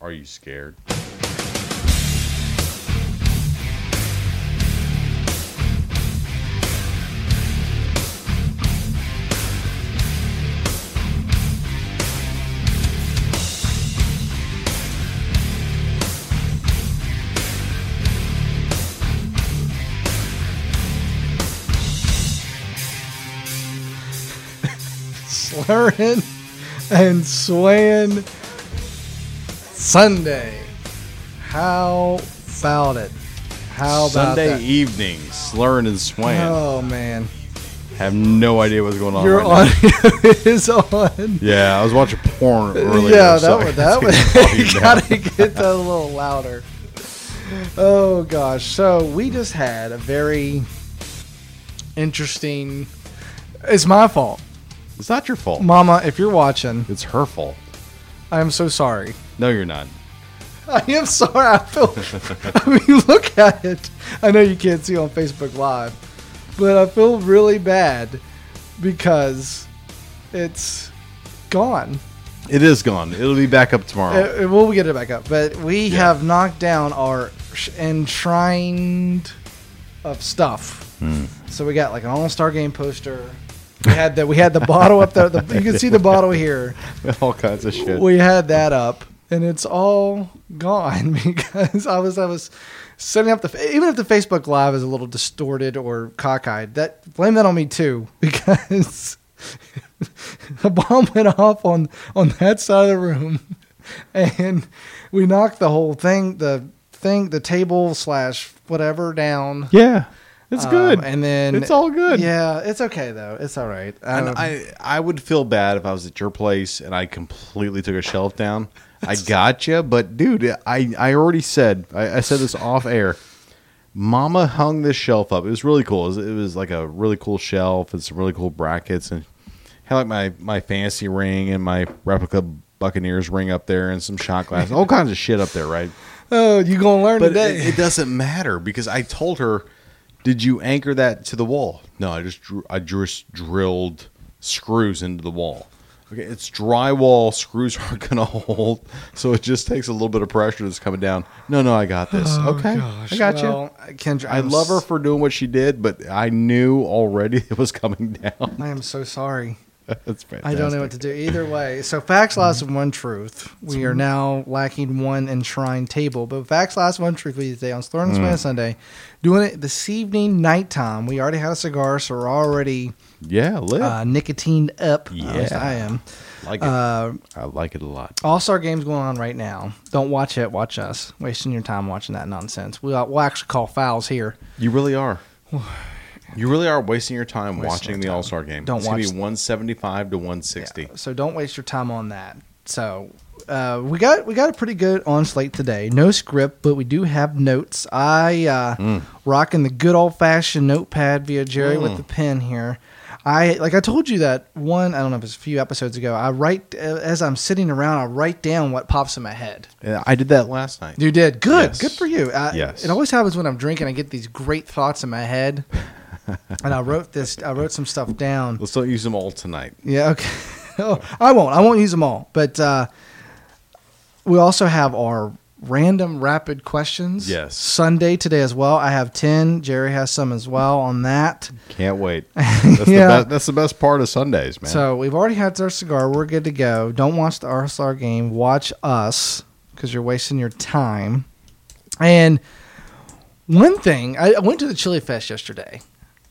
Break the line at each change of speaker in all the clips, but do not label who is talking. Are you scared?
slurring and swaying Sunday. How about it? How about
Sunday
that?
evening, slurring and swaying.
Oh man,
Have no idea what's going on.
you're
right
on.
Now.
it is on.
Yeah, I was watching porn earlier.
yeah,
so
that
I
would that
can
would.
tell you
you
now.
gotta get that a little louder. Oh gosh, so we just had a very interesting. It's my fault,
It's not your fault.
Mama. If you're watching,
It's her fault.
I am so sorry.
No, you're not.
I am sorry. I feel. I mean, look at it. I know you can't see on Facebook Live, but I feel really bad because it's gone.
It is gone. It'll be back up tomorrow.
Uh, we'll get it back up, but we
Oh. Yeah.
have knocked down our sh- enshrined of stuff. So we got like an all-star game poster. We had the we had the bottle up there. The, you can see the bottle here.
All kinds of shit.
we had that up and it's all gone because I was I was setting up the even if the Facebook live is a little distorted or cockeyed that blame that on me too because the bomb went off on on that side of the room and we knocked the whole thing the thing the table slash whatever down
yeah, it's
Um,
good.
and then
It's all good.
yeah it's okay though it's all right
And
Um,
I, I would feel bad if I was at your place and I completely took a shelf down. I got you, but dude, I, I already said I, I said this off air. Mama hung this shelf up. It was really cool. It was, it was like a really cool shelf and some really cool brackets and had like my my fancy ring and my replica Buccaneers ring up there and some shot glass, all kinds of shit up there, right?
oh you gonna learn
But
today
it, it doesn't matter because I told her, "Did you anchor that to the wall?" No, I just drew, I just drilled screws into the wall. Okay, it's drywall. Screws aren't gonna hold, so it just takes a little bit of pressure that's coming down. No, no, I got this. okay, I got you.
you Oh, Kendra
I
I'm
love her
s-
for doing what she did, but I knew already it was coming down.
I am so sorry. Mm-hmm.
That's fantastic.
I don't know what to do. Either way, so facts, lies, and one truth. We are now lacking one enshrined table, but facts, lies, one truth we today on Slurn and
Mm.
Sway on Sunday. Doing it this evening, nighttime. We already had a cigar, so we're already
Yeah, lit.
uh, nicotined up. At least
Yeah.
I am.
like it.
Uh,
I like it a lot.
All Star Game's going on right now. Don't watch it. Watch us. Wasting your time watching that nonsense. uh, We'll, we'll actually call fouls here.
You really are. You really are wasting your time
Wasting
watching
our
the
time.
All Star game.
Don't
it's gonna be
watch-
175 to 160.
Yeah, so don't waste your time on that. So uh, we got we got a pretty good on slate today. No script, but we do have notes. I uh,
Mm.
rocking the good old fashioned notepad via Jerry with the pen here. I like I told you that one. I don't know if it's a few episodes ago. I write uh, as I'm sitting around. I write down what pops in my head.
And I did that last night.
You did good.
Yes.
Good for you. I,
Yes.
It always happens when I'm drinking. I get these great thoughts in my head, and I wrote this. I wrote some stuff down.
Let's not use them all tonight.
Yeah, okay. oh, I won't. I won't use them all. But uh, we also have our random rapid questions.
Yes.
Sunday today as well. I have 10. Jerry has some as well on that.
Can't wait. That's,
Yeah.
the, best, that's the best part of Sundays, man.
So we've already had our cigar. We're good to go. Don't watch the All Star game. Watch us because you're wasting your time. And one thing, I I went to the Chili Fest yesterday.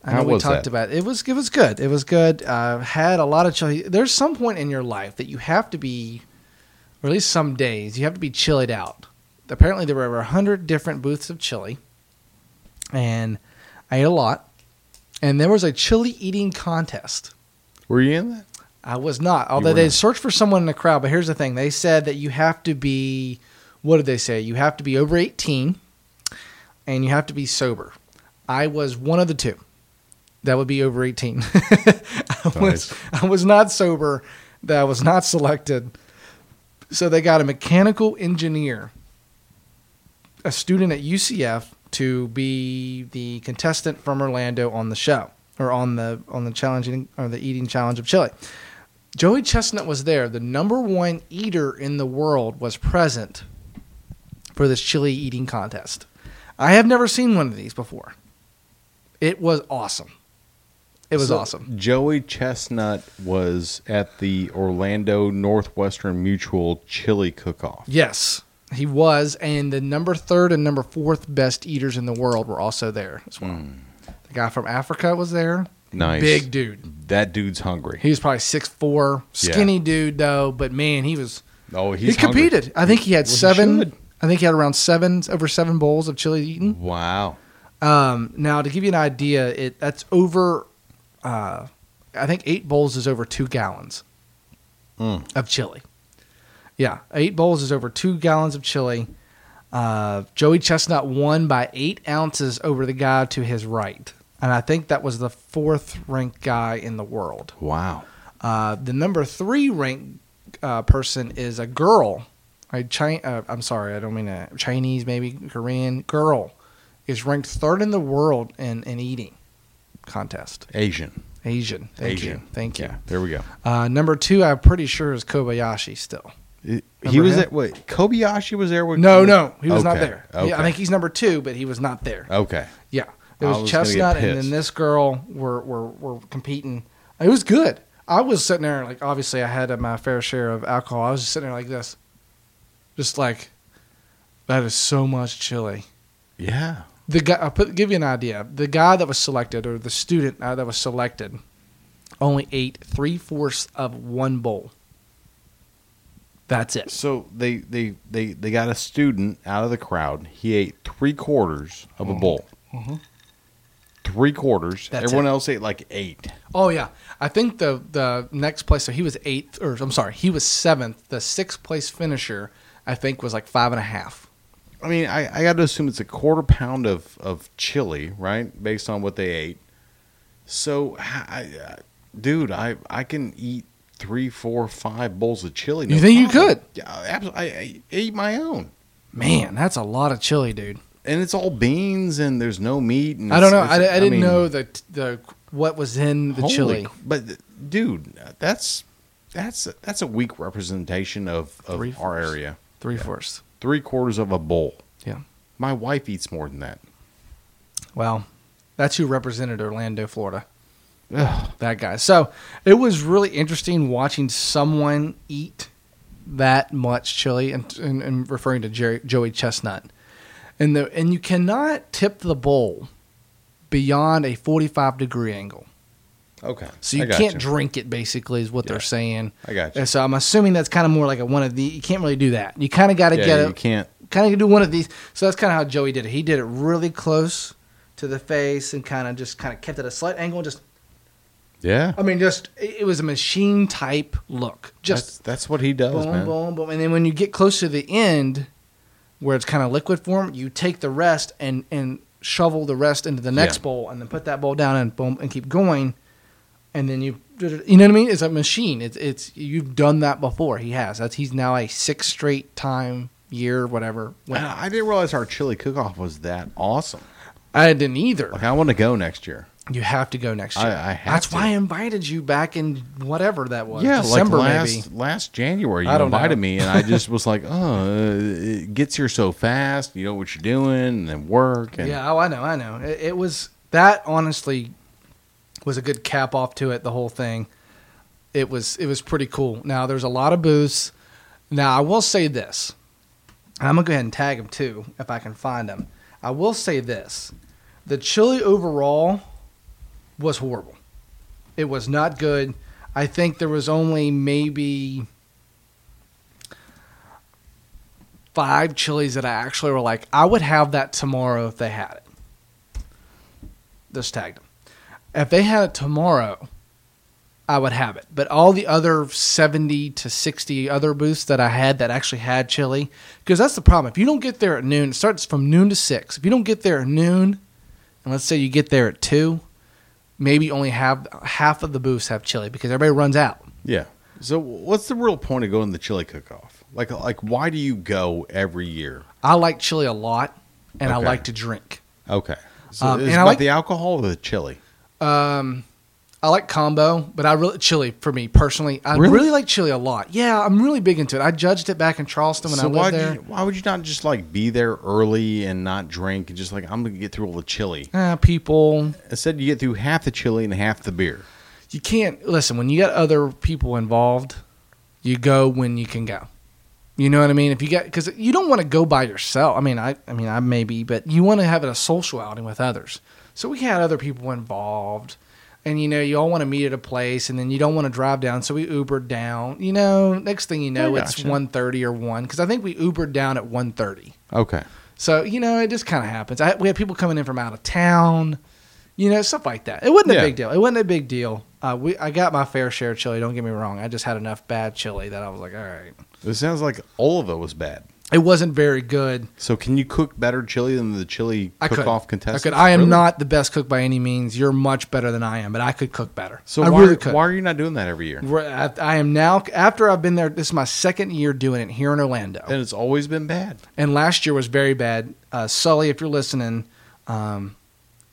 I know
How
we
was
talked
that?
about it. it was it was good. It was good. Uh, had a lot of chili. There's some point in your life that you have to be, or at least some days, you have to be chillied out. Apparently, there were over hundred different booths of chili, and I ate a lot. And there was a chili eating contest.
Were you in that?
I was not. Although
were
they
not.
searched for someone in the crowd, but here's the thing: they said that you have to be. What did they say? You have to be over 18, and you have to be sober. I was one of the two. That would be over 18. I was
Nice.
I was not sober. That I was not selected. So they got a mechanical engineer, a student at UCF, to be the contestant from Orlando on the show or on the on the challenging or the eating challenge of chili. Joey Chestnut was there. The number one eater in the world was present for this chili eating contest. I have never seen one of these before. It was awesome. It was
So,
awesome.
Joey Chestnut was at the Orlando Northwestern Mutual Chili Cook-Off.
Yes, he was, and the number third and number fourth best eaters in the world were also there as well. The guy from Africa was there.
Hmm. Nice.
Big dude.
That dude's hungry.
He was probably six four, skinny dude though, but man, he was.
oh, he's
he
hungry.
competed. I think he had
Well, he
seven.
should.
I think he had around seven, over seven bowls of chili eaten.
Wow.
Um, now, to give you an idea, it that's over. Uh, I think eight bowls is over two gallons
Mm.
of chili. Yeah, eight bowls is over two gallons of chili. Uh, Joey Chestnut won by eight ounces over the guy to his right, and I think that was the fourth ranked guy in the world.
Wow.
Uh, the number three ranked uh, person is a girl. A Chi- uh, I'm sorry, I don't mean a Chinese, maybe Korean girl is ranked third in the world in in eating contest.
Asian.
Asian, thank
Asian.
you, thank you.
There we go.
Uh, number two, I'm pretty sure is Kobayashi still.
It- he
Remember
was
him?
at wait. Kobayashi was there with
No, no, he was not
Okay,
there.
Okay.
Yeah, I think he's number two, but he was not there.
okay.
Yeah, it
I
was,
was gonna get
Chestnut, and then
pissed.
this girl were, were were competing. It was good. I was sitting there like obviously I had my fair share of alcohol. I was just sitting there like this, just like that is so much chili.
Yeah.
The guy, I'll put, give you an idea. The guy that was selected, or the student uh, that was selected, only ate three fourths of one bowl. That's it.
So they they they they got a student out of the crowd. He ate three quarters of a bowl. Three quarters.
Mm-hmm. That's
Everyone
it.
else ate like eight.
Oh yeah, I think the the next place. So he was eighth, or I'm sorry, he was seventh. The sixth place finisher, I think, was like five and a half.
I mean, I, I got to assume it's a quarter pound of, of chili, right? Based on what they ate. So, I, I- dude, I I can eat three, four, five bowls of chili.
You think you could?
Yeah, absolutely. I, I ate my own,
Man, that's a lot of chili, dude.
and it's all beans, and there's no meat. And
I don't know.
it's-
I, I
it's-
didn't
mean,
know the the what was in the
holy
chili.
cr- But dude, that's that's that's a weak representation of, of
Three
our
fourths.
area.
Three fourths.
Three quarters of a bowl.
Yeah.
My wife eats more than that.
Well, that's who represented Orlando, Florida.
Ugh.
That guy. So it was really interesting watching someone eat that much chili, and, and, and referring to Jerry, Joey Chestnut. And the and you cannot tip the bowl beyond a forty five degree angle.
Okay,
So you
I got
can't drink it. Basically, is what
Yeah.
they're saying.
I got you.
And so I'm assuming that's kind of more like a one of the. You can't really do that. You kind of got to
Yeah,
get
you
it.
can't.
Kind of do one of these. So that's kind of how Joey did it. He did it really close to the face and kind of just kind of kept it a slight angle. And just
Yeah,
I mean, just it it was a machine type look.
that's,
Just
that's what he does,
boom,
man.
boom, boom. And then when you get close to the end, where it's kind of liquid form, you take the rest and and shovel the rest into the next
Yeah.
bowl, and then put that bowl down and boom, and keep going. And then you, you know what I mean? It's a machine. It's it's you've done that before. He has. That's he's now a six straight time year whatever. winner.
Wow, I didn't realize our chili cook-off was that awesome.
I didn't either.
Like I want to go next year.
You have to go next
I-
year.
I have
That's
to.
why I invited you back in whatever that was. December
like
maybe.
last last January, you
I don't
invited
know.
me, and I just was like, "Oh, it gets here so fast. You know what you're doing, and then work." And
Yeah, oh, I know, I know. It, it was that honestly was a good cap off to it. The whole thing, it was it was pretty cool. Now there's a lot of booths. Now I will say this, and I'm gonna go ahead and tag them too if I can find them. I will say this, the chili overall was horrible. It was not good. I think there was only maybe five chilies that I actually were like, I would have that tomorrow if they had it. Just tagged them. If they had it tomorrow, I would have it. But all the other 70 to 60 other booths that I had that actually had chili, because that's the problem. If you don't get there at noon, it starts from noon to six. If you don't get there at noon, and let's say you get there at two, maybe only have half of the booths have chili because everybody runs out.
yeah. So, what's the real point of going to the chili cook-off? Like, like why do you go every year?
I like chili a lot, and I
Okay.
like to drink.
Okay, so
Um,
it's
and I
about
like-
the alcohol or the chili.
Um, I like combo, but I really chili for me personally. I
Really?
really, like chili a lot. Yeah, I'm really big into it. I judged it back in Charleston when I
so why
lived
would
there.
you, why would you not just like be there early and not drink and just like I'm gonna get through all the chili?
Ah, people,
Instead, you get through half the chili and half the beer.
you can't listen when you got other people involved. You go when you can go. You know what I mean? If you get because you don't want to go by yourself. I mean, I I mean I maybe, but you want to have it a social outing with others. So we had other people involved, and you know you all want to meet at a place, and then you don't want to drive down, so we Ubered down. You know, next thing you know,
I
it's
gotcha.
one thirty or one because I think we Ubered down at one thirty.
Okay.
So you know, it just kind of happens. I, we had people coming in from out of town, you know, stuff like that. It wasn't
Yeah.
a big deal. It wasn't a big deal. Uh, we I got my fair share of chili. Don't get me wrong. I just had enough bad chili that I was like, all right,
It sounds like all of it was bad.
it wasn't very good.
So can you cook better chili than the chili
I could.
cook-off
I
contestants?
could. I am
Really?
not the best cook by any means. You're much better than I am, but I could cook better.
So
I
why,
really could.
why are you not doing that every year?
We're- I, I am now after I've been there. This is my second year doing it here in Orlando.
And it's always been bad.
and last year was very bad. Uh, Sully, if you're listening, um,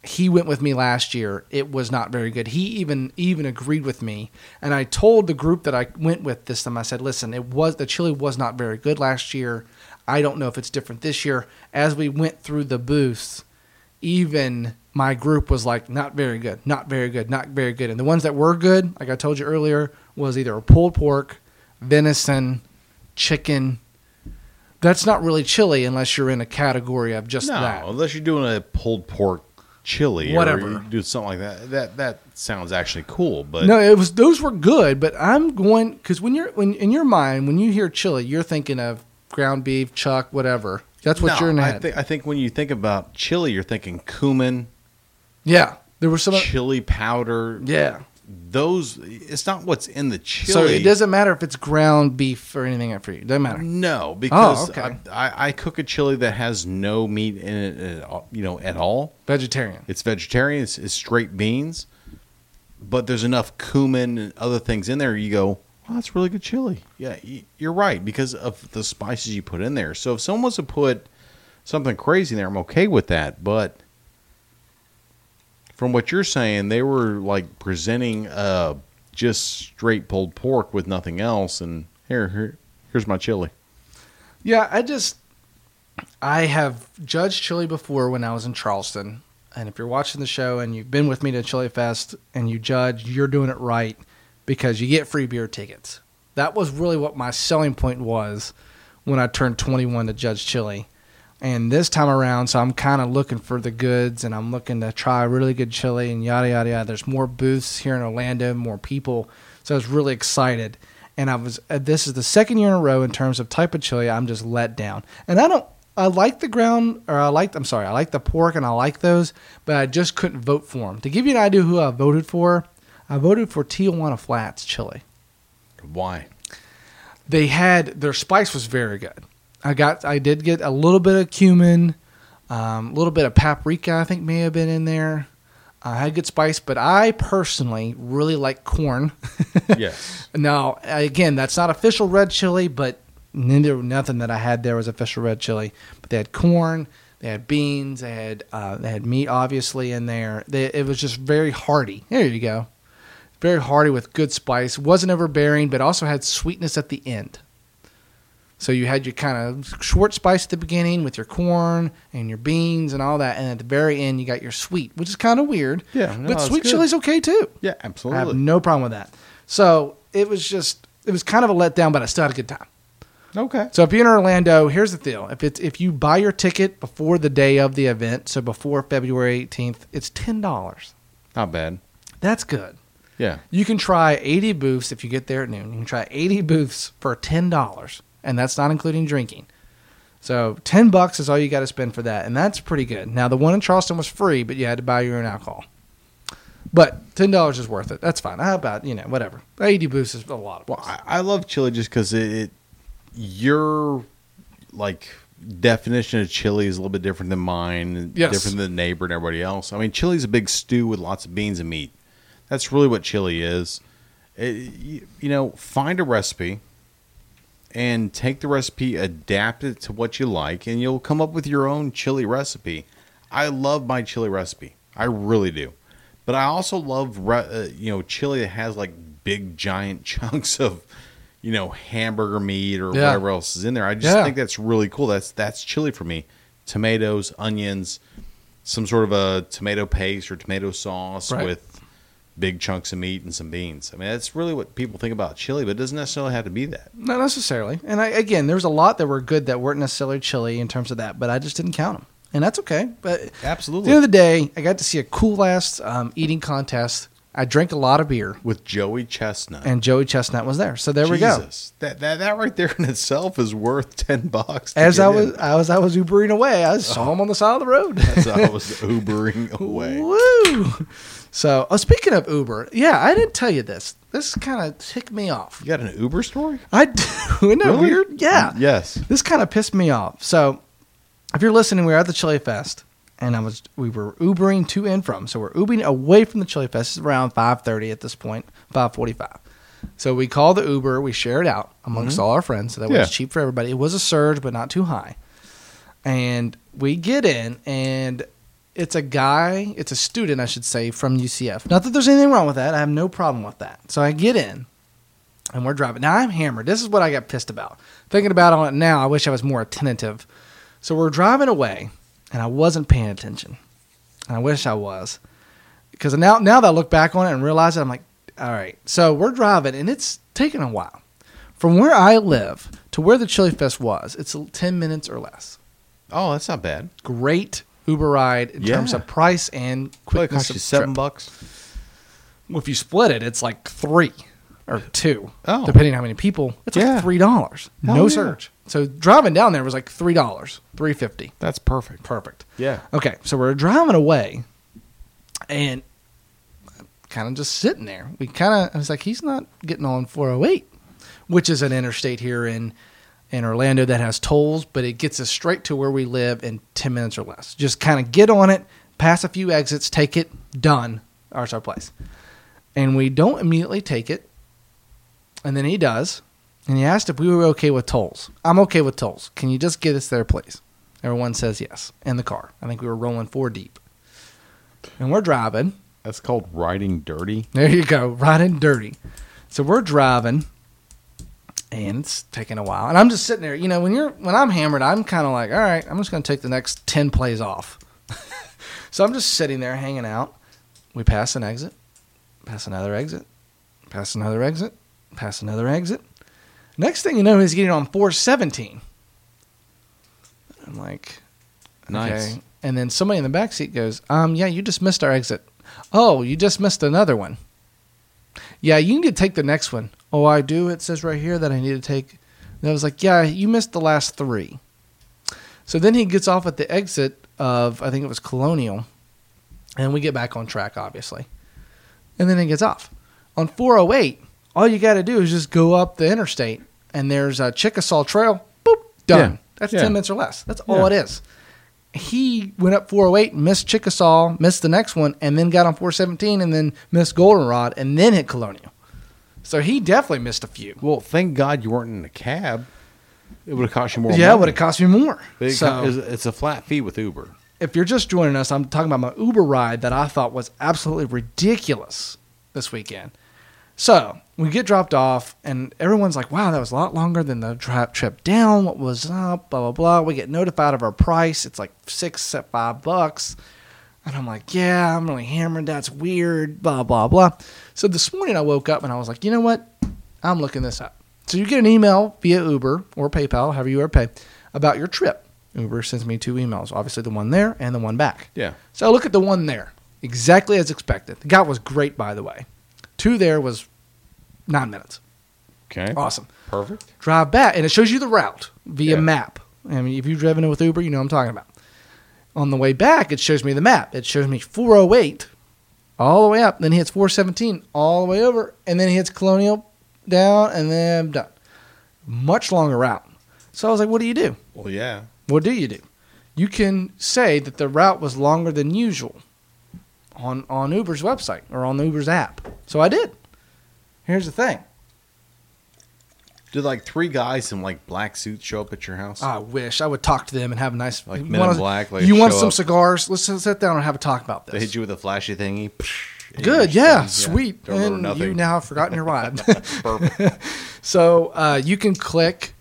he went with me last year. It was not very good. He even even agreed with me, and I told the group that I went with this time. I said, "Listen, it was the chili was not very good last year. I don't know if it's different this year." As we went through the booths, even my group was like, "Not very good, not very good, not very good." And the ones that were good, like I told you earlier, was either a pulled pork, venison, chicken. That's not really chili unless you're in a category of just
no,
that.
unless you're doing a pulled pork chili
Whatever.
or you do something like that. That that sounds actually cool, but
No, it was those were good, but I'm going because when you're when in your mind when you hear chili, you're thinking of ground beef, chuck, whatever. That's what
No,
you're in the
I,
head.
thi- I think when you think about chili, you're thinking cumin,
yeah, there was some.
chili powder.
yeah,
Those, it's not what's in the chili.
so it doesn't matter if it's ground beef or anything for you. Doesn't matter. Oh,
No, because
okay.
I, I, I cook a chili that has no meat in it, at all, you know, at all.
Vegetarian.
It's vegetarian. It's, it's straight beans, but there's enough cumin and other things in there. You go, well, that's really good chili. Yeah, y- you're right because of the spices you put in there. So if someone was to put something crazy in there, I'm okay with that. But from what you're saying, they were like presenting uh, just straight pulled pork with nothing else, and here, here, here's my chili.
Yeah, I just I have judged chili before when I was in Charleston. And if you're watching the show and you've been with me to Chili Fest and you judge, you're doing it right because you get free beer tickets. That was really what my selling point was when I turned 21 to judge chili. And this time around, so I'm kind of looking for the goods and I'm looking to try really good chili and yada, yada, yada. There's more booths here in Orlando, more people. So I was really excited and I was uh, this is the second year in a row in terms of type of chili I'm just let down. And I don't I like the ground or I like I'm sorry, I like the pork and I like those, but I just couldn't vote for them. To give you an idea who I voted for, I voted for Tijuana Flats chili.
Why?
They had their spice was very good. I got I did get a little bit of cumin, um, a little bit of paprika I think may have been in there. I had good spice, but I personally really like corn.
yes.
Now, again, that's not official red chili, but neither, nothing that I had there was official red chili. But they had corn, they had beans, they had uh, they had meat, obviously in there. They, it was just very hearty. There you go, very hearty with good spice. wasn't overbearing, but also had sweetness at the end. So you had your kind of short spice at the beginning with your corn and your beans and all that, and at the very end you got your sweet, which is kind of weird.
Yeah, no,
but
it's
sweet
good.
chili's okay too.
Yeah, absolutely.
I have no problem with that. So it was just it was kind of a letdown, but I still had a good time.
okay.
So if you're in Orlando, here's the deal: if it's if you buy your ticket before the day of the event, so before February 18th, it's ten dollars.
Not bad.
That's good.
Yeah.
You can try 80 booths if you get there at noon. You can try 80 booths for $10, and that's not including drinking. So 10 bucks is all you got to spend for that, and that's pretty good. Now the one in Charleston was free, but you had to buy your own alcohol. But $10 is worth it. That's fine. How about, you know, whatever. 80 booths is a lot of
Well,
bucks.
I, I love chili just because it, it your like definition of chili is a little bit different than mine, and
Yes.
different than the neighbor and everybody else. I mean, chili's a big stew with lots of beans and meat. That's really what chili is. It, you, you know, find a recipe and take the recipe, adapt it to what you like, and you'll come up with your own chili recipe. I love my chili recipe. I really do. But I also love re- uh, you know chili that has like big giant chunks of you know hamburger meat or
Yeah.
whatever else is in there. I just
Yeah.
think that's really cool. That's that's chili for me. Tomatoes, onions, some sort of a tomato paste or tomato sauce
Right.
with big chunks of meat and some beans. I mean, that's really what people think about chili, but it doesn't necessarily have to be that.
Not necessarily. And I, again, there's a lot that were good that weren't necessarily chili in terms of that, but I just didn't count them. And that's okay. But at the
Absolutely.
end of the day, I got to see a cool ass um, eating contest. I drank a lot of beer,
With Joey Chestnut.
and Joey Chestnut was there. So there we go.
Jesus. That, that that right there in itself is worth ten bucks. to
As
get
I
in.
was, I was, I was Ubering away. I saw him on the side of the road.
as I was Ubering away.
Woo! So, oh, speaking of Uber, yeah, I didn't tell you this. This kind of ticked me off.
You got an Uber story?
I do. Isn't that
Really?
weird? Yeah.
Yes.
This kind of pissed me off. So, if you're listening, we were at the Chili Fest, and I was we were Ubering to and from. So we're Ubering away from the Chili Fest. It's around 5:30 at this point, 5:45. So we call the Uber. We share it out amongst all our friends, so that way
Mm-hmm. Yeah.
it's cheap for everybody. It was a surge, but not too high. And we get in, and it's a guy, it's a student, I should say, from UCF. Not that there's anything wrong with that. I have no problem with that. So I get in, and we're driving. Now I'm hammered. This is what I got pissed about. Thinking about on it now, I wish I was more attentive. So we're driving away, and I wasn't paying attention. And I wish I was, because now now that I look back on it and realize it, I'm like, all right. So we're driving, and it's taking a while. From where I live to where the Chili Fest was, it's ten minutes or less.
Oh, that's not bad.
Great Uber ride in
Yeah.
terms of price and
Probably
quickness
cost
of
you
trip.
seven bucks.
Well, if you split it, it's like three or two,
Oh.
depending on how many people. It's
Yeah.
like three dollars,
Hell
no
yeah.
surge. So driving down there was like three dollars, three fifty.
That's perfect.
Perfect.
Yeah.
Okay, so we're driving away, and kind of just sitting there. We kind of I was like, he's not getting on four hundred eight, which is an interstate here in in Orlando that has tolls, but it gets us straight to where we live in ten minutes or less. Just kind of get on it, pass a few exits, take it, done. That's our place. And we don't immediately take it, and then he does, and he asked if we were okay with tolls. I'm okay with tolls. Can you just get us there, please? Everyone says yes in the car. I think we were rolling four deep. And we're driving.
That's called riding dirty.
There you go, riding dirty. So we're driving, and it's taking a while. And I'm just sitting there. You know, when you're when I'm hammered, I'm kind of like, all right, I'm just going to take the next ten plays off. so I'm just sitting there hanging out. We pass an exit, pass another exit, pass another exit, pass another exit. Next thing you know, he's getting on four seventeen. I'm like,
Nice.
And then somebody in the back seat goes, um, yeah, you just missed our exit. Oh, you just missed another one. Yeah, you need to take the next one. Oh, I do. It says right here that I need to take. And I was like, yeah, you missed the last three. So then he gets off at the exit of, I think it was Colonial, and we get back on track, obviously. And then he gets off. On 408, all you got to do is just go up the interstate, and there's a Chickasaw Trail. Boop, done.
Yeah.
That's
Yeah.
10 minutes or less. That's all it
Yeah.
is. He went up 408 and missed Chickasaw, missed the next one, and then got on 417 and then missed Goldenrod and then hit Colonial. So he definitely missed a few.
Well, thank God you weren't in a cab. It would have cost you more.
yeah,
money.
would have cost me more.
But it
so
co- it's- it's a flat fee with Uber.
if you're just joining us, I'm talking about my Uber ride that I thought was absolutely ridiculous this weekend. So we get dropped off, and everyone's like, wow, that was a lot longer than the tri- trip down. What was up? Blah, blah, blah. We get notified of our price. It's like six, five bucks. And I'm like, yeah, I'm really hammered. That's weird. Blah, blah, blah. So this morning I woke up and I was like, you know what? I'm looking this up. So you get an email via Uber or PayPal, however you are pay, about your trip. Uber sends me two emails, obviously the one there and the one back.
Yeah.
So I look at the one there, exactly as expected. The guy was great, by the way. Two there was nine minutes.
Okay.
Awesome.
Perfect.
Drive back, and it shows you the route via
Yeah.
map. I mean, if you've driven it with Uber, you know what I'm talking about. On the way back, it shows me the map. It shows me 408 all the way up, then he hits 417 all the way over, and then he hits Colonial down, and then I'm done. Much longer route. So I was like, what do you do?
Well, yeah.
What do you do? You can say that the route was longer than usual on on Uber's website or on the Uber's app. So I did. Here's the thing.
Did like three guys in like black suits show up at your house?
I wish I would talk to them and have a nice
Like Men in
wanna-
Black, like
you want
show
some
up.
cigars? Let's sit down and have a talk about this.
they hit you with a flashy thingy. Psh. English.
Good,
English
yeah,
things,
sweet.
Don't remember
and you
nothing.
now have forgotten your rhyme.
Perfect.
so uh, you can click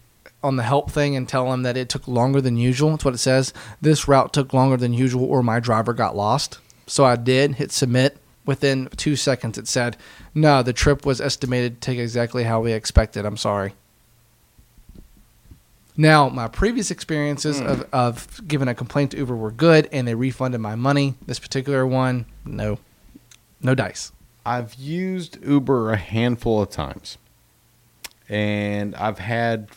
on the help thing and tell them that it took longer than usual. That's what it says. This route took longer than usual, or my driver got lost. So I did hit submit. Within two seconds, it said, "No, the trip was estimated to take exactly how we expected. I'm sorry." Now, my previous experiences
Hmm.
of, of giving a complaint to Uber were good, and they refunded my money. This particular one, no, no dice.
I've used Uber a handful of times, and I've had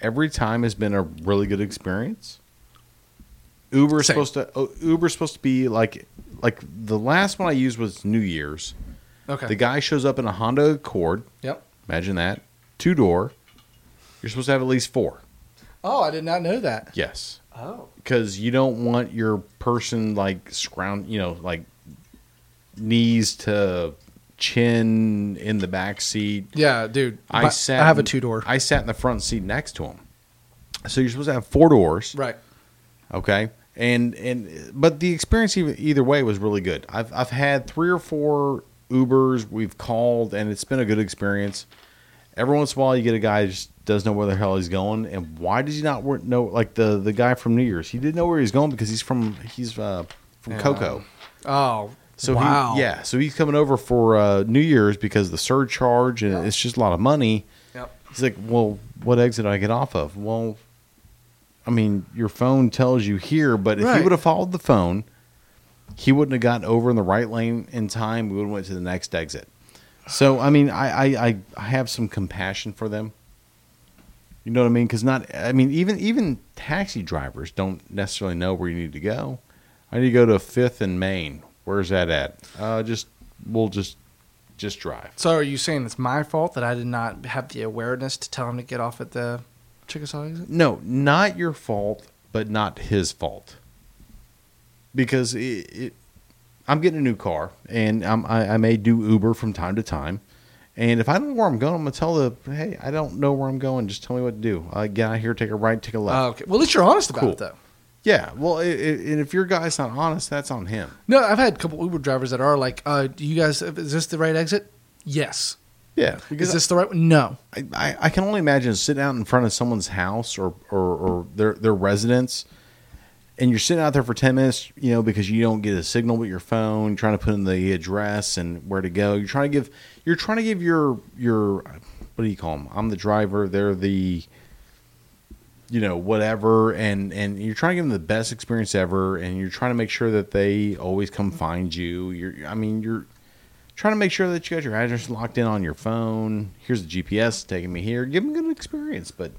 every time has been a really good experience. Uber is
Same.
supposed to oh, Uber's supposed to be like like the last one I used was New Year's.
Okay.
The guy shows up in a Honda Accord.
Yep.
Imagine that two door. You're supposed to have at least four.
Oh, I did not know that.
Yes,
Oh.
because you don't want your person like scroun you know, like knees to chin in the back seat.
Yeah, dude.
I
But
sat.
I have a
in-
two door.
I sat in the front seat next to him. So you're supposed to have four doors,
Right.
okay? And and but the experience e- either way was really good. I've I've had three or four Ubers we've called, and it's been a good experience. Every once in a while, you get a guy who just doesn't know where the hell he's going, and why does he not wor- know? Like the the guy from New Year's, he didn't know where he's going because he's from he's uh, from
Yeah.
Coco.
Oh.
So
wow.
he, yeah, so he's coming over for uh, New Year's because of the surcharge, and
Yeah.
it's just a lot of money.
Yep.
He's like, well, what exit do I get off of? Well, I mean, your phone tells you here, but if
Right.
he would have followed the phone, he wouldn't have gotten over in the right lane in time. We would have went to the next exit. So, I mean, I, I, I- I have some compassion for them. You know what I mean? Because not, I mean, even even taxi drivers don't necessarily know where you need to go. I need to go to Fifth and Main. Where's that at? Uh, just we'll just just drive.
So are you saying it's my fault that I did not have the awareness to tell him to get off at the Chickasaw exit?
No, not your fault, but not his fault. Because it, it, I'm getting a new car, and I'm, I, I may do Uber from time to time. And if I don't know where I'm going, I'm gonna tell the hey, I don't know where I'm going. Just tell me what to do. Uh, get out here, take a right, take a left.
Oh, okay. Well, at least you're honest about
Cool.
it, though.
yeah. Well, i i and if your guy's not honest, that's on him.
No, I've had a couple Uber drivers that are like, uh, "Do you guys is this the right exit?" Yes.
Yeah.
Is
Because
this the right one? No.
I, I, I can only imagine sitting out in front of someone's house or, or, or their, their residence and you're sitting out there for 10 minutes, you know, because you don't get a signal with your phone, you're trying to put in the address and where to go. You're trying to give, you're trying to give your, your, what do you call them? I'm the driver. They're the, you know, whatever. And, and you're trying to give them the best experience ever. And you're trying to make sure that they always come find you. You're, I mean, you're, trying to make sure that you got your address locked in on your phone. Here's the GPS taking me here. Give them a good experience, but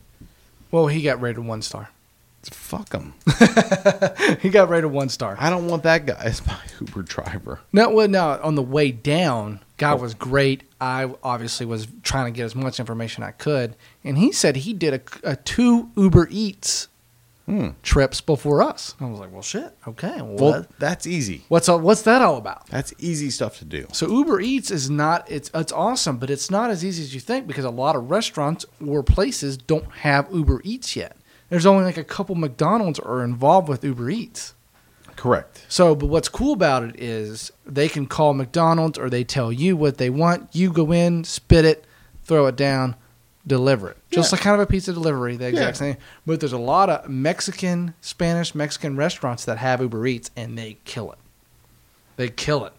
Well, he got rated one star.
fuck them.
he got rated one star.
I don't want that guy as my Uber driver.
No, well, no. On the way down, guy was great. I obviously was trying to get as much information I could, and he said he did a, a two Uber Eats
Hmm.
trips before us. I was like, well, shit. Okay, well,
Well,
that-
that's easy.
what's all, what's that all about?
That's easy stuff to do.
So Uber Eats is not it's it's awesome, but it's not as easy as you think because a lot of restaurants or places don't have Uber Eats yet. There's only like a couple McDonald's are involved with Uber Eats.
Correct.
So, but what's cool about it is they can call McDonald's or they tell you what they want. You go in, spit it, throw it down, deliver it. Just
Yeah.
like kind of a pizza delivery, the exact
Yeah.
same. But there's a lot of Mexican, Spanish, Mexican restaurants that have Uber Eats and they kill it. They kill it.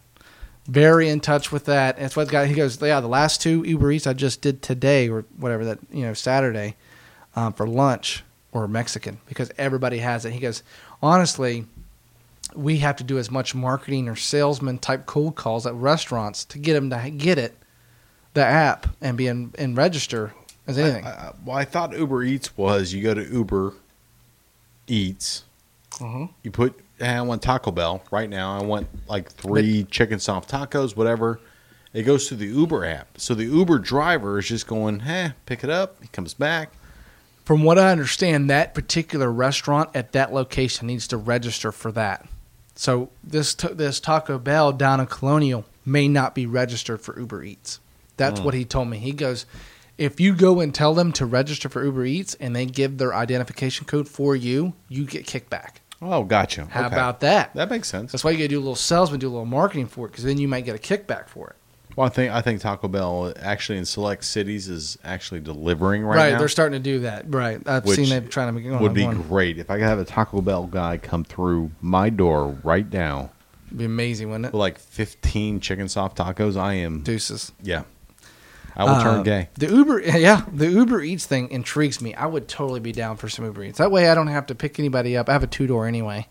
Very in touch with that. And it's what the guy he goes, yeah, the last two Uber Eats I just did today or whatever that you know Saturday um, for lunch or Mexican because everybody has it. He goes, honestly, we have to do as much marketing or salesman type cold calls at restaurants to get them to get it, the app, and be in, and register as anything.
Uh, well, I thought Uber Eats was you go to Uber Eats,
Mhm.
you put, hey, I want Taco Bell right now. I want like three chicken soft tacos, whatever. It goes to the Uber app. So the Uber driver is just going, hey, pick it up. He comes back.
From what I understand, that particular restaurant at that location needs to register for that. So this t- this Taco Bell down in Colonial may not be registered for Uber Eats.
Mm.
That's what he told me. He goes, if you go and tell them to register for Uber Eats and they give their identification code for you, you get kickback.
Oh, gotcha.
How
Okay.
about that?
that? Makes sense.
That's why you got to do a little salesman, do a little marketing for it, because then you might get a kickback for it.
Well, I think I think Taco Bell actually in select cities is actually delivering right,
Right,
now.
they're starting to do that. Right, I've
Which
seen them trying to make it
would be great if I could have a Taco Bell guy come through my door right now
be amazing, wouldn't
with
it?
like 15 chicken soft tacos. I am,
Deuces.
yeah, I will
Uh,
turn gay.
The Uber, yeah, the Uber Eats thing intrigues me. I would totally be down for some Uber Eats. That way, I don't have to pick anybody up. I have a two door anyway,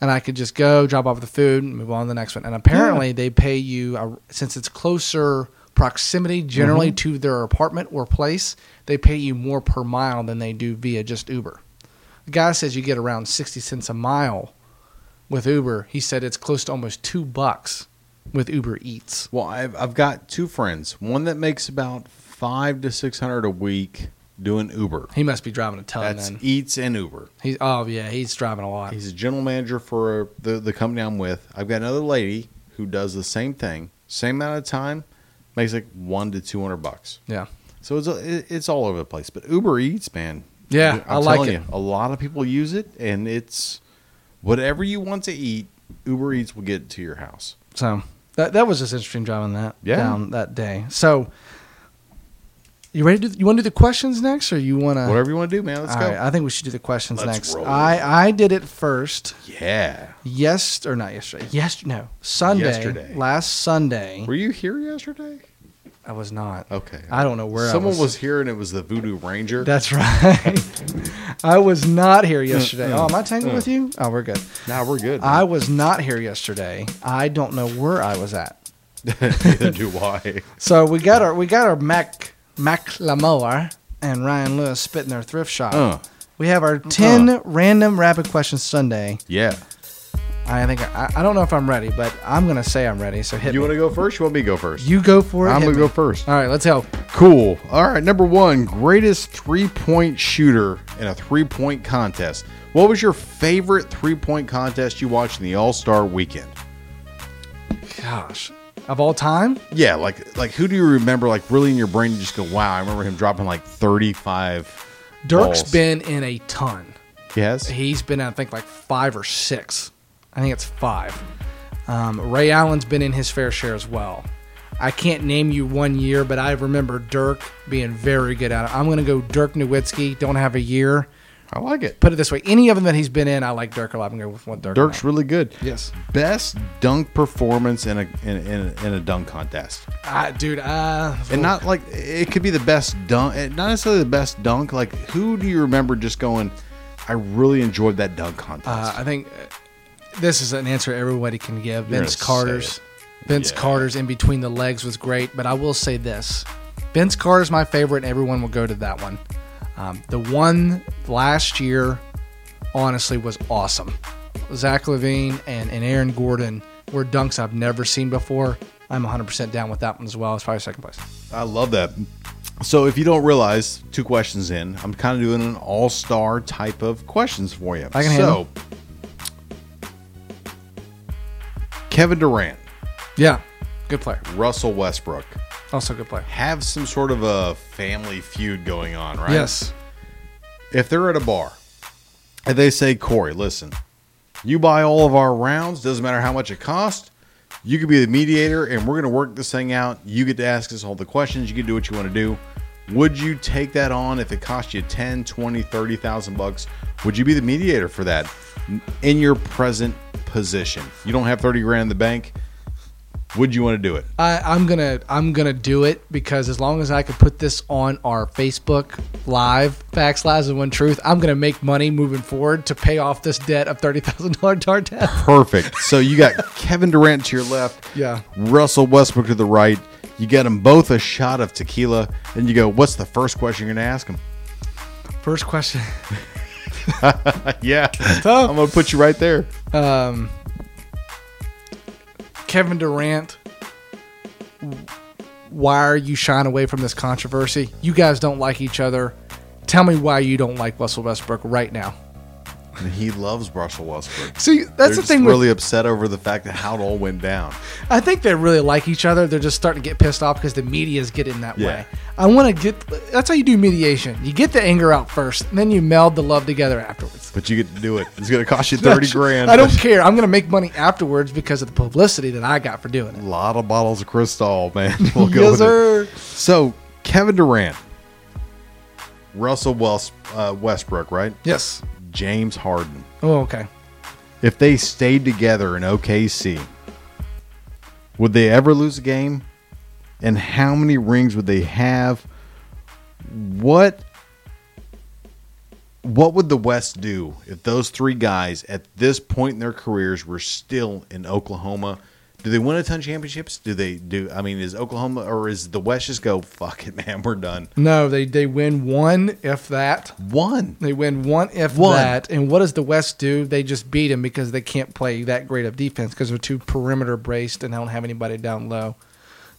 and I could just go drop off the food and move on to the next one. And apparently, they pay you uh since it's closer proximity generally
Mm-hmm.
to their apartment or place. They pay you more per mile than they do via just Uber. The guy says you get around sixty cents a mile with Uber. He said it's close to almost two bucks with Uber Eats.
Well, I've I've got two friends. One that makes about five to six hundred a week doing Uber.
He must be driving a ton.
That's
then.
Eats and Uber.
He's oh yeah, he's driving a lot.
He's a general manager for the the company I'm with. I've got another lady who does the same thing, same amount of time, makes like one to two hundred bucks.
yeah,
So it's a, it's all over the place. But Uber Eats, man,
yeah, i
I'm
like
telling
it.
you, a lot of people use it, and it's whatever you want to eat, Uber Eats will get it to your house.
So that that was just interesting driving that
Yeah.
down that day. So you ready to do, you want to do the questions next, or you want to?
whatever you want to do, man. Let's go.
Uh, I think we should do the questions
Let's
next.
roll.
I I did it first.
yeah.
Yes or not yesterday? Yes, no Sunday.
Yesterday.
Last Sunday,
Were you here yesterday?
I was not.
Okay.
I don't know where
Oh, Someone
I
was here, and it was the Voodoo Ranger.
That's right. I was not
Mm,
here yesterday. Oh, am I tangled with you? Oh, we're good.
now nah, we're good.
I
man.
was not here yesterday. I don't know where I was at.
Neither do I.
So we got our we got our Mac McLemore and Ryan Lewis spitting their thrift shop.
Uh.
We have our ten
Oh.
random rapid questions Sunday.
Yeah.
I think I, I don't know if I'm ready, but I'm gonna say I'm ready. So hit
You
me.
want to go first? You want me to go first?
you go for it.
I'm
hit
gonna
me.
go first.
All right, let's go.
Cool. All right, number one, greatest three point shooter in a three point contest. What was your favorite three point contest you watched in the All Star Weekend?
Gosh, of all time,
Yeah, like like who do you remember? Like really in your brain, you just go, wow, I remember him dropping like thirty five.
Dirk's
balls.
been in a ton.
yes.
He's been in, I think like five or six. I think it's five. Um, Ray Allen's been in his fair share as well. I can't name you one year, but I remember Dirk being very good at it. I'm going to go Dirk Nowitzki. Don't have a year.
I like it.
Put it this way: any of them that he's been in, I like Dirk a lot. I'm going to go with one Dirk.
Dirk's really good.
Yes.
Best dunk performance in a in, in, in a dunk contest.
Ah, dude. Uh,
and not like it could be the best dunk, eh, not necessarily the best dunk. Like, who do you remember just going? I really enjoyed that dunk
uh,
contest.
I think uh, this is an answer everybody can give.
You're
Vince
gonna say
Carter's,
it.
Vince
Yeah.
Carter's in between the legs was great, but I will say this: Vince Carter's my favorite, and everyone will go to that one. Um, the one last year, honestly, was awesome. Zach Levine and, and Aaron Gordon were dunks I've never seen before. I'm 100% down with that one as well. It's probably second place.
I love that. So, if you don't realize, two questions in. I'm kind of doing an all-star type of questions for you.
I can handle
so, Kevin Durant,
Yeah, good player.
Russell Westbrook
Also good player.
have some sort of a family feud going on, right?
Yes.
if they're at a bar and they say, Corey, listen, you buy all of our rounds, doesn't matter how much it costs, you could be the mediator and we're going to work this thing out. You get to ask us all the questions, you can do what you want to do. Would you take that on if it cost you 10, 20, 30,000 bucks? Would you be the mediator for that in your present position? You don't have 30 grand in the bank. Would you want to do it?
I, I'm gonna I'm gonna do it because as long as I can put this on our Facebook live facts, lies, and one truth, I'm gonna make money moving forward to pay off this debt of thirty thousand dollar tar debt.
Perfect. So you got Kevin Durant to your left.
Yeah.
Russell Westbrook to the right. You get them both a shot of tequila. Then you go, what's the first question you're going to ask them?
First question.
yeah. I'm going to put you right there.
Um, Kevin Durant, why are you shying away from this controversy? You guys don't like each other. Tell me why you don't like Russell Westbrook right now.
And he loves Russell Westbrook.
See, that's the
They're just
thing with
Really upset over the fact that how it all went down.
I think they really like each other. They're just starting to get pissed off because the media's getting that
Yeah.
way. I want to get. That's how you do mediation. You get the anger out first, and then you meld the love together afterwards.
But you get to do it. It's going to cost you thirty grand.
I don't care. I'm going to make money afterwards because of the publicity that I got for doing it.
A lot of bottles of Cristal, man. We'll go with
yes,
it.
sir.
So Kevin Durant, Russell West, uh, Westbrook, right?
Yes.
James Harden.
Oh, okay.
If they stayed together in OKC, would they ever lose a game? And how many rings would they have? What what would the West do if those three guys at this point in their careers were still in Oklahoma? Do they win a ton of championships? Do they do I mean is Oklahoma or is the West just go, fuck it, man, we're done.
No, they they win one if that.
One.
They win one if
One.
that. And what does the West do? They just beat them because they can't play that great of defense because they're too perimeter braced and don't have anybody down low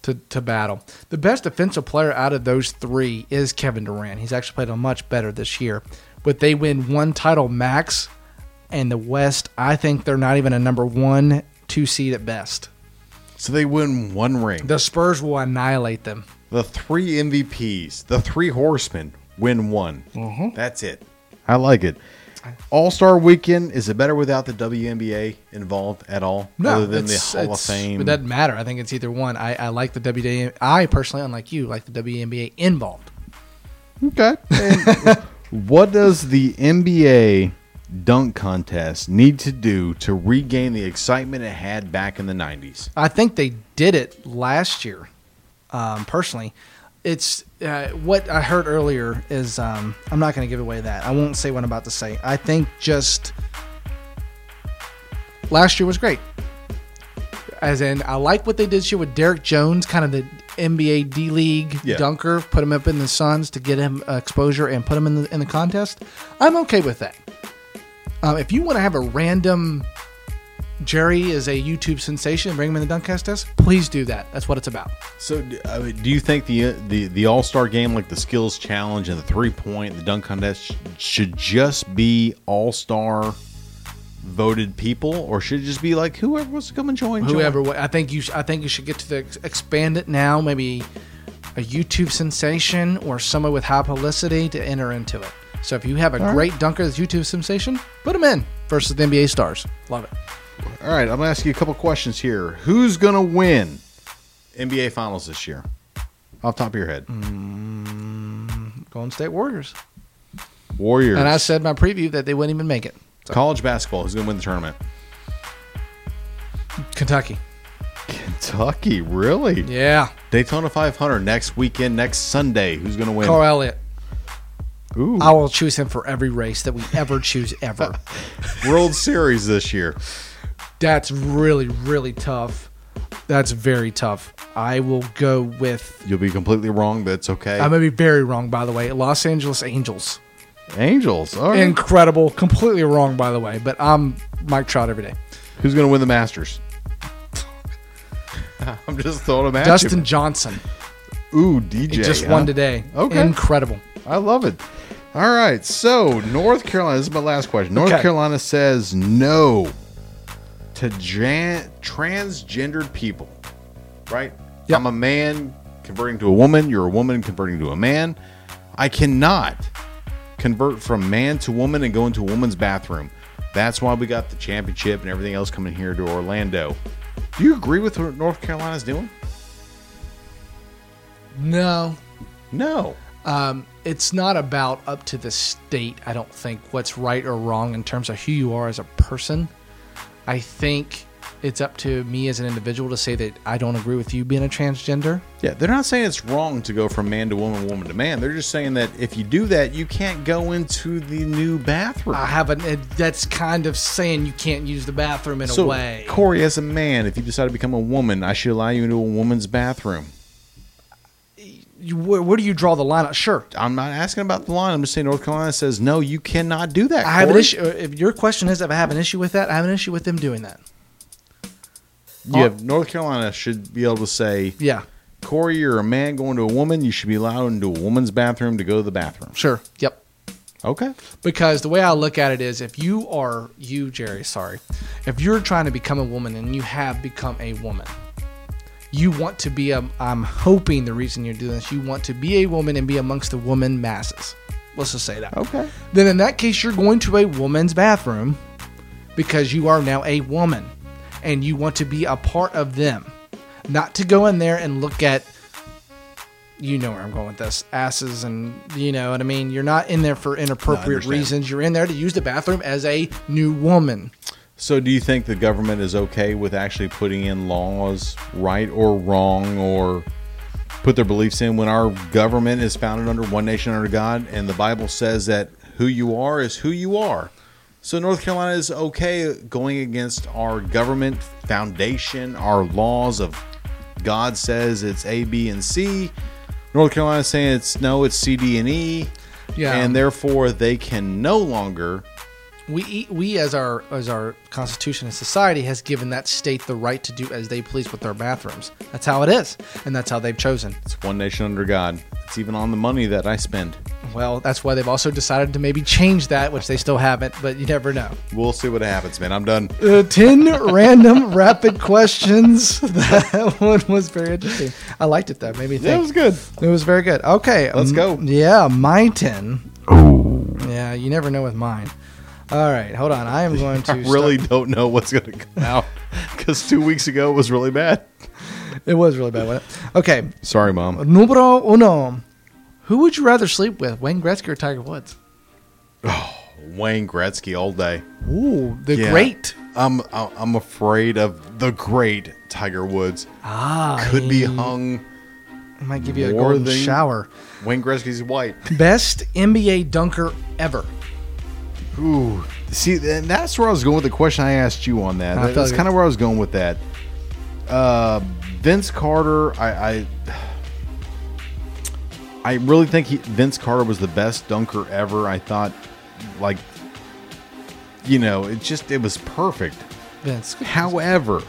to, to battle. The best defensive player out of those three is Kevin Durant. He's actually played a much better this year. But they win one title max, and the West, I think they're not even a number one, two seed at best.
So they win one ring.
The Spurs will annihilate them.
The three MVPs, the three horsemen, win one. That's it. Mm-hmm. I like it. All Star Weekend is it better without the WNBA involved at all? other than the
it's-
Hall of
it's-
Fame.
It doesn't matter. I think it's either one. I, I like the WNBA. I personally, unlike you, like the WNBA involved.
okay. And what does the NBA dunk contest need to do to regain the excitement it had back in the '90s?
I think they did it last year. Um, personally, it's uh, what I heard earlier is um, I'm not going to give away that. I won't say what I'm about to say. I think just last year was great. As in, I like what they did this year with Derek Jones, kind of the NBA D League
Yeah.
dunker, put him up in the Suns to get him uh, exposure and put him in the in the contest. I'm okay with that. Um, if you want to have a random Jerry is a YouTube sensation and bring him in the dunk contest, please do that. That's what it's about.
So, d- I mean, do you think the uh, the the All Star Game, like the skills challenge and the three point, the dunk contest, sh- should just be All Star voted people, or should it just be like whoever wants to come and join? join?
Whoever, wa- I think you, sh- I think you should get to the, ex- expand it now. Maybe a YouTube sensation or someone with high publicity to enter into it. So if you have a great dunker that's YouTube sensation, put him in versus the NBA stars. Love it.
All right, I'm gonna ask you a couple questions here. Who's gonna win NBA Finals this year? Off the top of your head,
Golden State Warriors.
Warriors.
And I said in my preview that they wouldn't even make it.
college basketball. Who's gonna win the tournament?
Kentucky.
Kentucky, really?
Yeah.
Daytona 500 next weekend, next Sunday. Who's gonna win?
Carl Elliott.
Ooh,
I will choose him for every race that we ever choose ever.
World Series this year.
That's really, really tough. That's very tough. I will go with.
You'll be completely wrong. That's okay.
I'm gonna be very wrong, by the way. Los Angeles Angels,
Angels. All right.
incredible, completely wrong, by the way. But I'm Mike Trout every day.
Who's going to win the Masters? I'm just throwing them at
Dustin Johnson,
you. Ooh, DJ.
he just
huh?
won today.
Okay.
incredible.
I love it. All right. So, North Carolina, this is my last question. North
Okay.
Carolina says no to jan- transgendered people, right?
Yep.
I'm a man converting to a woman. You're a woman converting to a man. I cannot convert from man to woman and go into a woman's bathroom. That's why we got the championship and everything else coming here to Orlando. Do you agree with what North Carolina's doing?
No,
No.
um, it's not about up to the state. I don't think what's right or wrong in terms of who you are as a person. I think it's up to me as an individual to say that I don't agree with you being a transgender.
Yeah, they're not saying it's wrong to go from man to woman, woman to man. They're just saying that if you do that, you can't go into the new bathroom.
I have an. It, that's kind of saying you can't use the bathroom in a
so,
way.
Corey, as a man, if you decide to become a woman, I should allow you into a woman's bathroom.
You, where, where do you draw the line? Uh, Sure,
I'm not asking about the line. I'm just saying North Carolina says no, you cannot do that.
I have an
Corey.
issue. uh, If your question is if I have an issue with that, I have an issue with them doing that.
You have North Carolina should be able to say,
Yeah,
Corey, you're a man going to a woman. You should be allowed into a woman's bathroom to go to the bathroom.
sure, yep.
Okay.
because the way I look at it is if you are you Jerry sorry if you're trying to become a woman and you have become a woman you want to be a I'm hoping the reason you're doing this you want to be a woman and be amongst the woman masses let's just say that
Okay.
then in that case you're going to a woman's bathroom because you are now a woman and you want to be a part of them not to go in there and look at you know where I'm going with this asses and you know what I mean you're not in there for inappropriate
understand.
reasons you're in there to use the bathroom as a new woman
So, do you think the government is okay with actually putting in laws, right or wrong, or put their beliefs in when our government is founded under one nation under God and the Bible says that who you are is who you are? So, North Carolina is okay going against our government foundation, our laws of God says it's A, B, and C. North Carolina is saying it's no, it's C, D, and E.
Yeah.
And therefore, they can no longer
we eat, we as our as our constitution and society has given that state the right to do as they please with their bathrooms that's how it is and that's how they've chosen
It's one nation under God. It's even on the money that I spend.
Well, that's why they've also decided to maybe change that, which they still haven't, but you never know.
We'll see what happens, man. I'm done.
Uh, 10 random rapid questions. That one was very interesting. I liked it, though. Made me think.
good.
It was very good. Okay.
Let's
um,
go.
Yeah, my 10. Yeah, you never know with mine. All right, hold on. I am going to.
I really
start-
don't know what's going to come out because two weeks ago it was really bad.
It was really bad, wasn't it? Okay.
Sorry, mom.
Numero uno. Who would you rather sleep with, Wayne Gretzky or Tiger Woods?
Wayne Gretzky all day.
Ooh, the
Yeah.
great.
I'm I- I'm afraid of the great Tiger Woods.
Ah.
Could be hung.
I might give you a
more
golden
than-
shower.
Wayne Gretzky's white.
Best NBA dunker ever.
Ooh. See, and that's where I was going with the question I asked you on that.
I feel
that's
you.
kind of where I was going with that. Uh, Vince Carter, I, I, I really think he, Vince Carter was the best dunker ever. I thought, like, you know, it just it was perfect.
Vince.
However,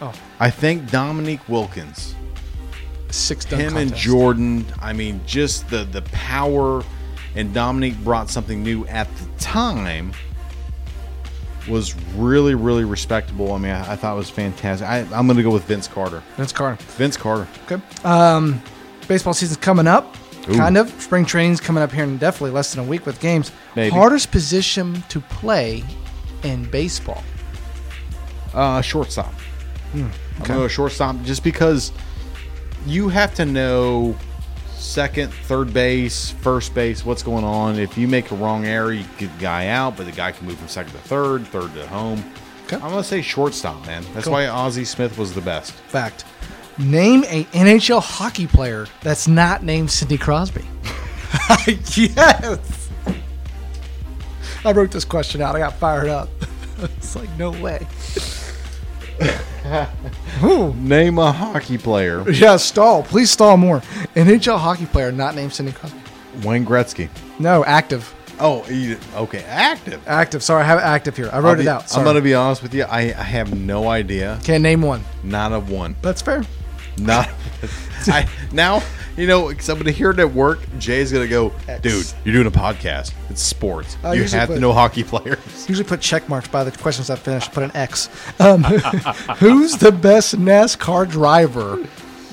Oh,
I think Dominique Wilkins
six dunk
him and
contest.
Jordan. I mean, just the the power, and Dominique brought something new at the time. Was really really respectable. I mean, I, I thought it was fantastic. I, I'm going to go with Vince Carter.
Vince Carter.
Vince Carter.
Okay. Um, baseball season's coming up.
Ooh.
Kind of. Spring training's coming up here in definitely less than a week with games.
Maybe.
Hardest position to play in baseball.
Uh, shortstop.
Hmm,
I'm going to go shortstop just because you have to know second, third base, first base, what's going on. If you make a wrong error, you get the guy out, but the guy can move from second to third, third to home.
Okay.
I'm going to say shortstop, man. That's
Cool.
why Ozzie Smith was the best.
Fact. Name a NHL hockey player that's not named Sidney Crosby. yes. I wrote this question out. I got fired up. it's like no way. Ooh.
Name a hockey player.
Yeah, stall. Please stall more. NHL hockey player not named Sidney Crosby.
Wayne Gretzky.
No, active.
Oh, he- okay. Active.
Active. Sorry, I have active here. I wrote it out.
I'm
Sorry.
going to be honest with you. I, I have no idea.
Can't name one.
Not a one.
That's fair.
Not. I, now you know somebody here at work. Jay's gonna go, dude. You're doing a podcast. It's sports.
I
you
usually
have to
put-
know hockey players.
Usually put check marks by the questions I finished. Put an X. Um, who's the best NASCAR driver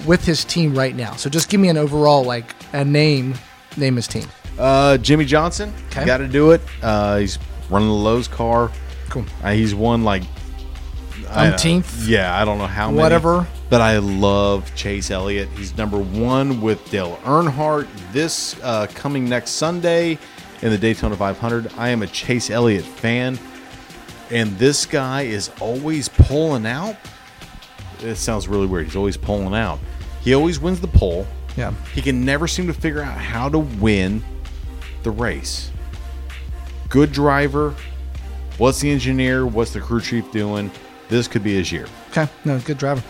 with his team right now? So just give me an overall, like a name. Name his team.
Uh, Jimmy Johnson.
Okay.
Got to do it. Uh, he's running the Lowe's car.
Cool.
Uh, he's won like I don't-
Umpteenth?
Yeah, I don't know how many.
Whatever.
But I love Chase Elliott. He's number one with Dale Earnhardt this uh, coming next Sunday in the Daytona 500. I am a Chase Elliott fan, and this guy is always pulling out. It sounds really weird. He's always pulling out. He always wins the pole.
Yeah.
He can never seem to figure out how to win the race. Good driver. What's the engineer? What's the crew chief doing? This could be his year.
Okay. No, good driver.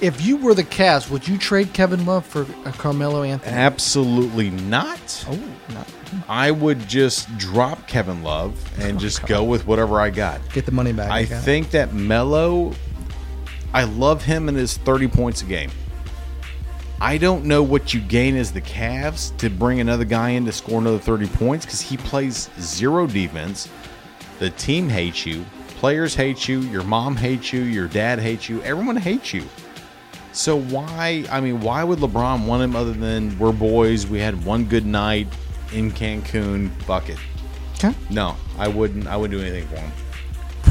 If you were the Cavs, would you trade Kevin Love for uh, Carmelo Anthony?
Absolutely not.
Oh, no.
I would just drop Kevin Love
Oh
and just go with whatever I got.
Get the money back.
I
got it.
think that Melo, I love him and his 30 points a game. I don't know what you gain as the Cavs to bring another guy in to score another 30 points because he plays zero defense. The team hates you. Players hate you. Your mom hates you. Your dad hates you. Everyone hates you. So why? I mean, why would LeBron want him other than we're boys? We had one good night in Cancun. Fuck it.
Okay.
No, I wouldn't. I wouldn't do anything for him.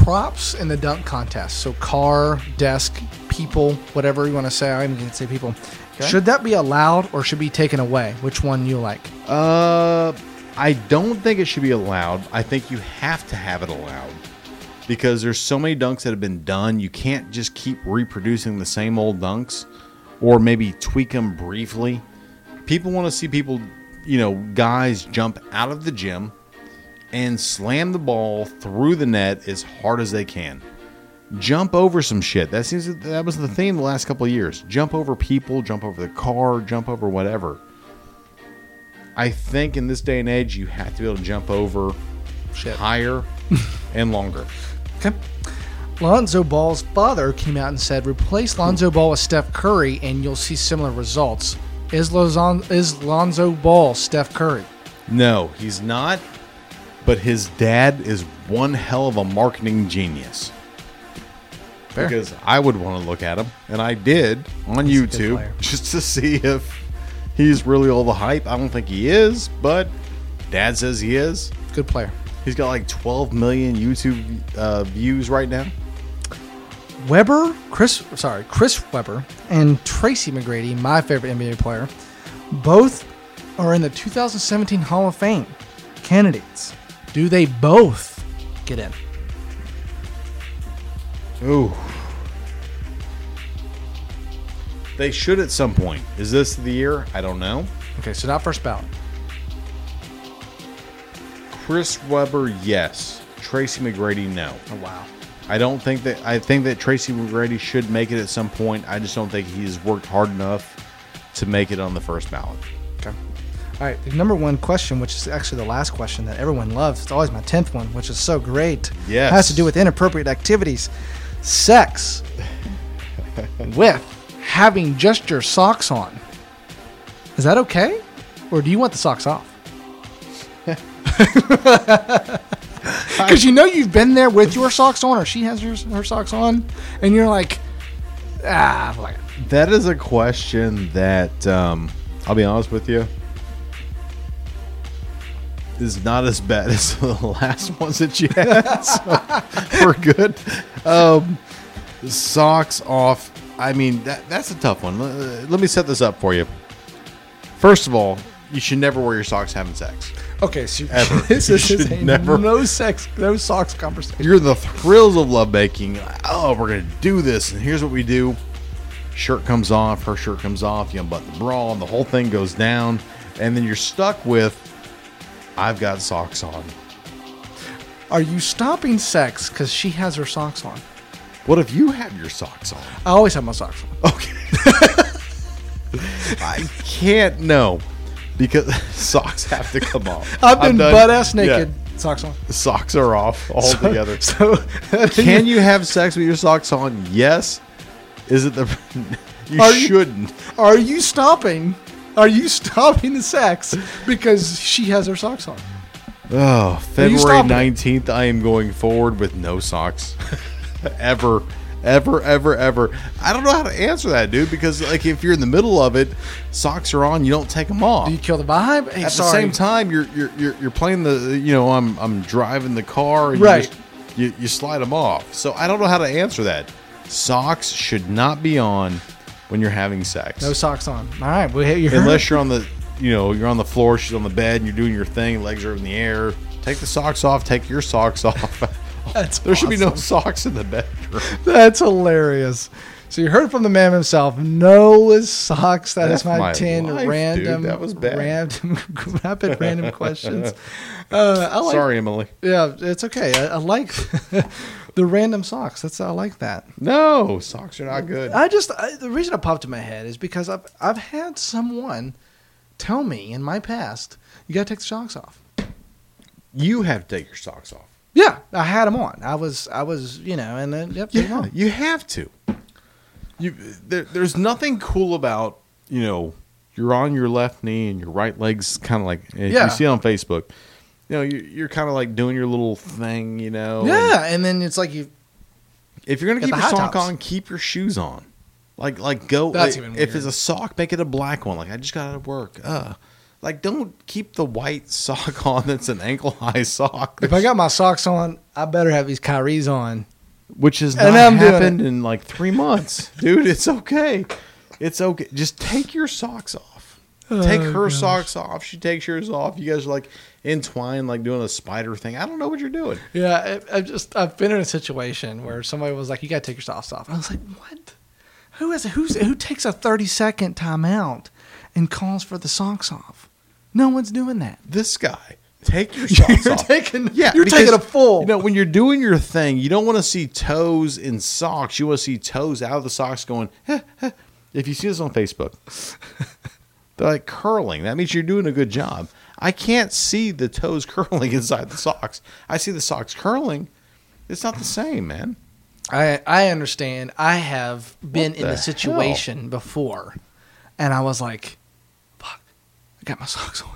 Props in the dunk contest. So car, desk, people, whatever you want to say. I'm going to say people.
Okay.
Should that be allowed or should be taken away? Which one you like?
Uh, I don't think it should be allowed. I think you have to have it allowed because there's so many dunks that have been done. You can't just keep reproducing the same old dunks or maybe tweak them briefly. People want to see people, you know, guys jump out of the gym and slam the ball through the net as hard as they can. Jump over some shit. That seems that was the theme the last couple of years. Jump over people, jump over the car, jump over whatever. I think in this day and age, you have to be able to jump over
Shit.
higher and longer.
Okay. Lonzo Ball's father came out and said, replace Lonzo Ball with Steph Curry and you'll see similar results. Is, Lozon- is Lonzo Ball Steph Curry?
No, he's not. But his dad is one hell of a marketing genius.
Fair.
Because I would want to look at him, and I did on
He's a good player.
YouTube just to see if he's really all the hype. I don't think he is, but dad says he is.
Good player.
He's got like 12 million YouTube uh, views right now.
Weber, Chris, sorry, Chris Weber and Tracy McGrady, my favorite NBA player, both are in the 2017 Hall of Fame candidates. Do they both get in?
Ooh. They should at some point. Is this the year? I don't know.
Okay, so not first ballot.
Chris Webber, yes. Tracy McGrady, no.
Oh wow.
I don't think that I think that Tracy McGrady should make it at some point. I just don't think he's worked hard enough to make it on the first ballot.
Okay. All right, the number one question, which is actually the last question that everyone loves. It's always my tenth one, which is so great.
Yes.
Has to do with inappropriate activities, sex, with having just your socks on. Is that okay, or do you want the socks off? Because you know you've been there with your socks on, or she has her, her socks on, and you're like, ah, fuck it."
That is a question that um, I'll be honest with you is not as bad as the last ones that you had. So we're good. Um, socks off. I mean, that, that's a tough one. Let, let me set this up for you. First of all, you should never wear your socks having sex.
Okay, so
Ever.
this
You
is just
should
a
never-
no sex, no socks conversation.
You're in the thrills of love making. Oh, we're gonna do this, and here's what we do. Shirt comes off, her shirt comes off, you unbutton the bra, and the whole thing goes down, and then you're stuck with I've got socks on.
Are you stopping sex because she has her socks on?
What if you have your socks on?
I always have my socks on.
Okay. I can't know because socks have to come off.
I've been
done-
butt ass
yeah,
naked, socks on.
socks are off altogether.
So
Can you have sex with your socks on? Yes. Is it the you
Are you-
shouldn't.
are you stopping? Are you stopping the sex because she has her socks on?
Oh,
you
February
stopping it?
nineteenth, I am going forward with no socks, ever, ever, ever, ever. I don't know how to answer that, dude. Because like, if you're in the middle of it, socks are on. You don't take them off.
Do you kill the vibe? Hey,
At
sorry.
the same time, you're you're you're, you're playing the you know I'm I'm driving the car and
Right.
you, just, you you slide them off. So I don't know how to answer that. Socks should not be on when you're having sex.
no socks on. All right, well, hey, you heard
Unless you're on the, you know, you're on the floor, she's on the bed, and you're doing your thing, legs are in the air. Take the socks off. Take your socks off.
That's
there should be no
awesome.
socks in the bedroom.
That's hilarious. So you heard from the man himself. Noah's socks. That is
That's
my,
my
ten
life, dude.
random,
That was bad.
random, rapid random questions. Uh, I like,
Sorry, Emily.
Yeah, it's okay. I, I like the random socks. That's I like that.
No, socks are not good.
I just I, the reason it popped in my head is because I've I've had someone tell me in my past you got to take the socks off.
You have to take your socks off.
Yeah, I had them on. I was I was you know and then yep. they were
Yeah,
on.
you have to. You there, there's nothing cool about you know, you're on your left knee and your right leg's kind of like, if
Yeah.
you see it on Facebook, you know, you, you're kind of like doing your little thing, you know. and
Yeah, and then it's like you.
if you're going to
Got
keep
the
your
high
sock
tops.
on, keep your shoes on. Like, like go.
That's
like,
even
if
weird.
it's a sock, make it a black one. Like, I just got out of work. Uh, like, don't keep the white sock on that's an ankle high sock.
If I got my socks on, I better have these Kyrie's on.
which has not
And I'm doing
happened in like three months, dude. It's okay. It's okay. Just take your socks off. Take
Oh,
her
gosh.
socks off. She takes yours off. You guys are like entwined, like doing a spider thing. I don't know what you're doing.
Yeah, I, I just I've been in a situation where somebody was like, "You got to take your socks off." I was like, "What? Who has who's who takes a thirty second timeout and calls for the socks off? No one's doing that.
This guy, take your socks
You're
off.
taking- you're taking a full.
You know, when you're doing your thing, you don't want to see toes in socks. You want to see toes out of the socks going. "Heh, heh." If you see this on Facebook, they're like curling. That means you're doing a good job. I can't see the toes curling inside the socks. I see the socks curling. It's not the same, man.
I I understand. I have been in
the
a situation before, and I was like, "Fuck, I got my socks on."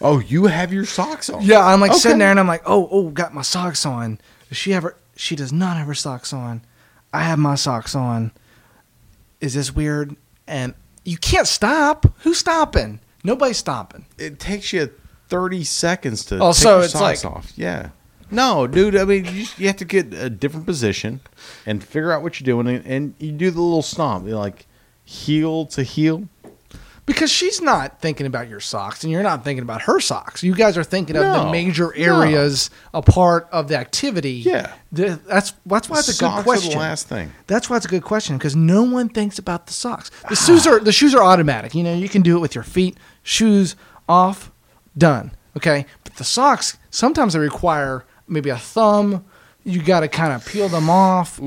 Oh, you have your socks on.
Yeah, I'm like
Okay.
sitting there and I'm like, oh, oh, got my socks on. Does she ever? She does not have her socks on. I have my socks on. Is this weird? And you can't stop. Who's stopping? Nobody's stopping.
It takes you 30 seconds to
Oh,
take
so
your
it's
socks
like-
off. Yeah. No, dude. I mean, you, you have to get a different position and figure out what you're doing, and, and you do the little stomp, you know, like heel to heel.
Because she's not thinking about your socks and you're not thinking about her socks. You guys are thinking of
No,
the major
no.
areas a part of the activity.
Yeah.
The- that's that's why it's a
Socks
good
are
question.
the last thing.
That's why it's a good question because no one thinks about the socks. The shoes are the shoes are automatic. You know, you can do it with your feet. Shoes off, done. Okay, but the socks sometimes they require maybe a thumb. You got to kind of peel them off.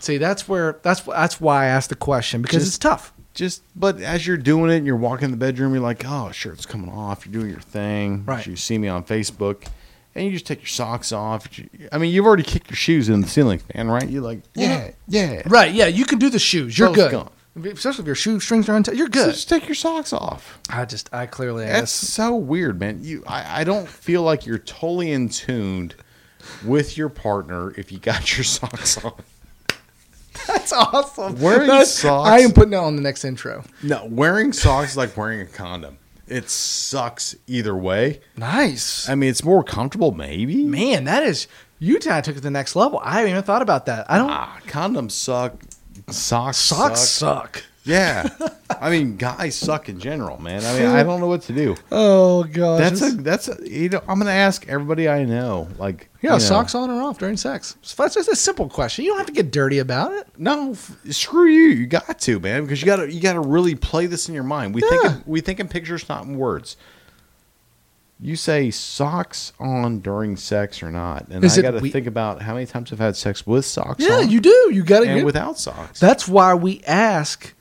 See, that's where that's that's why I asked the question because
Just-
it's tough.
just but as you're doing it and you're walking in the bedroom, you're like, oh, shirt's coming off. You're doing your thing.
Right.
You see me on Facebook, and you just take your socks off. I mean, you've already kicked your shoes in the ceiling fan, right? You're like, yeah, yeah.
Right? Yeah, you can do the shoes. You're
Both
good.
gone.
Especially if your shoe strings are untied, you're
So
good.
just take your socks off.
I just, I clearly
That's
asked.
so weird, man. You, I, I don't feel like you're totally in tuned with your partner if you got your socks on.
That's awesome.
Wearing
That's-
socks-
I am putting that on the next intro.
No, wearing socks is like wearing a condom. It sucks either way.
Nice.
I mean, it's more comfortable, maybe.
Man, that is Utah took it to the next level. I haven't even thought about that. I don't
Ah, condoms suck. Socks
socks
suck.
suck.
Yeah, I mean, guys suck in general, man. I mean, I don't know what to do.
Oh gosh,
That's a that's a, you know. I'm gonna ask everybody I know. Like,
yeah.
you know,
socks on or off during sex? So That's just a simple question. You don't have to get dirty about it.
No, f- screw you. You got to man because you gotta you gotta really play this in your mind. We think
Yeah.
in- we think in pictures, not in words. You say socks on during sex or not, and
Is
I
it
got to
we-
think about how many times I've had sex with socks
Yeah,
on
you do. You got
and
to.
without socks.
That's why we ask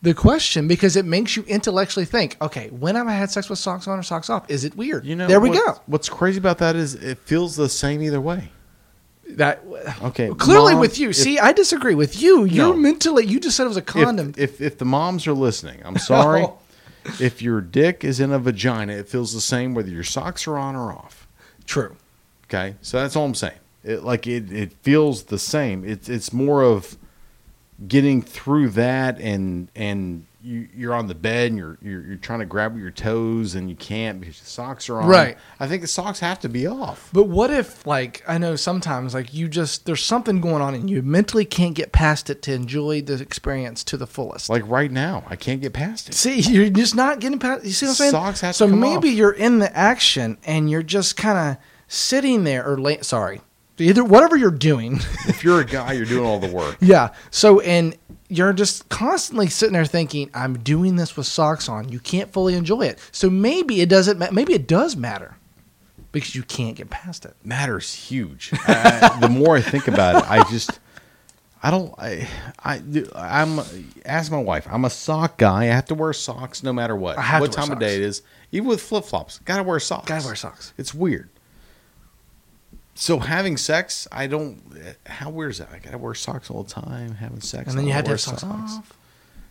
the question because it makes you intellectually think. Okay, when have I had sex with socks on or socks off? Is it weird?
you know,
there we
what-
go.
What's crazy about that is it feels the same either way.
That
Okay,
clearly
Mom,
with you.
if-
See, I disagree with you. You're
No.
mentally. You just said it was a condom.
If, if if the moms are listening, I'm sorry.
No.
If your dick is in a vagina, it feels the same whether your socks are on or off.
True.
Okay, so that's all I'm saying. It like it it feels the same. It's it's more of getting through that and and you you're on the bed and you're you're, you're trying to grab your toes and you can't because the socks are on.
Right.
I think the socks have to be off.
But what if, like, I know sometimes, like, you just, there's something going on and you mentally can't get past it to enjoy the experience to the fullest.
Like right now, I can't get past it.
see, you're just not getting past, you see what I'm saying?
Socks have to
so
come
maybe
off.
you're in the action and you're just kind of sitting there or late, sorry, either whatever you're doing.
If you're a guy, you're doing all the work.
yeah. So, and you're just constantly sitting there thinking, I'm doing this with socks on. You can't fully enjoy it. So maybe it doesn't, ma- maybe it does matter because you can't get past it.
matters huge. I, I- the more I think about it, I just I don't I I I'm ask my wife. I'm a sock guy. I have to wear socks no matter what.
I have
what
to
time
wear
of day
socks.
it is. Even with flip flops, gotta wear socks.
Gotta wear socks.
It's weird. So having sex, I don't. How weird is that? I gotta wear socks all the time. Having sex,
And then
I
you
don't
had to
wear
have socks, off.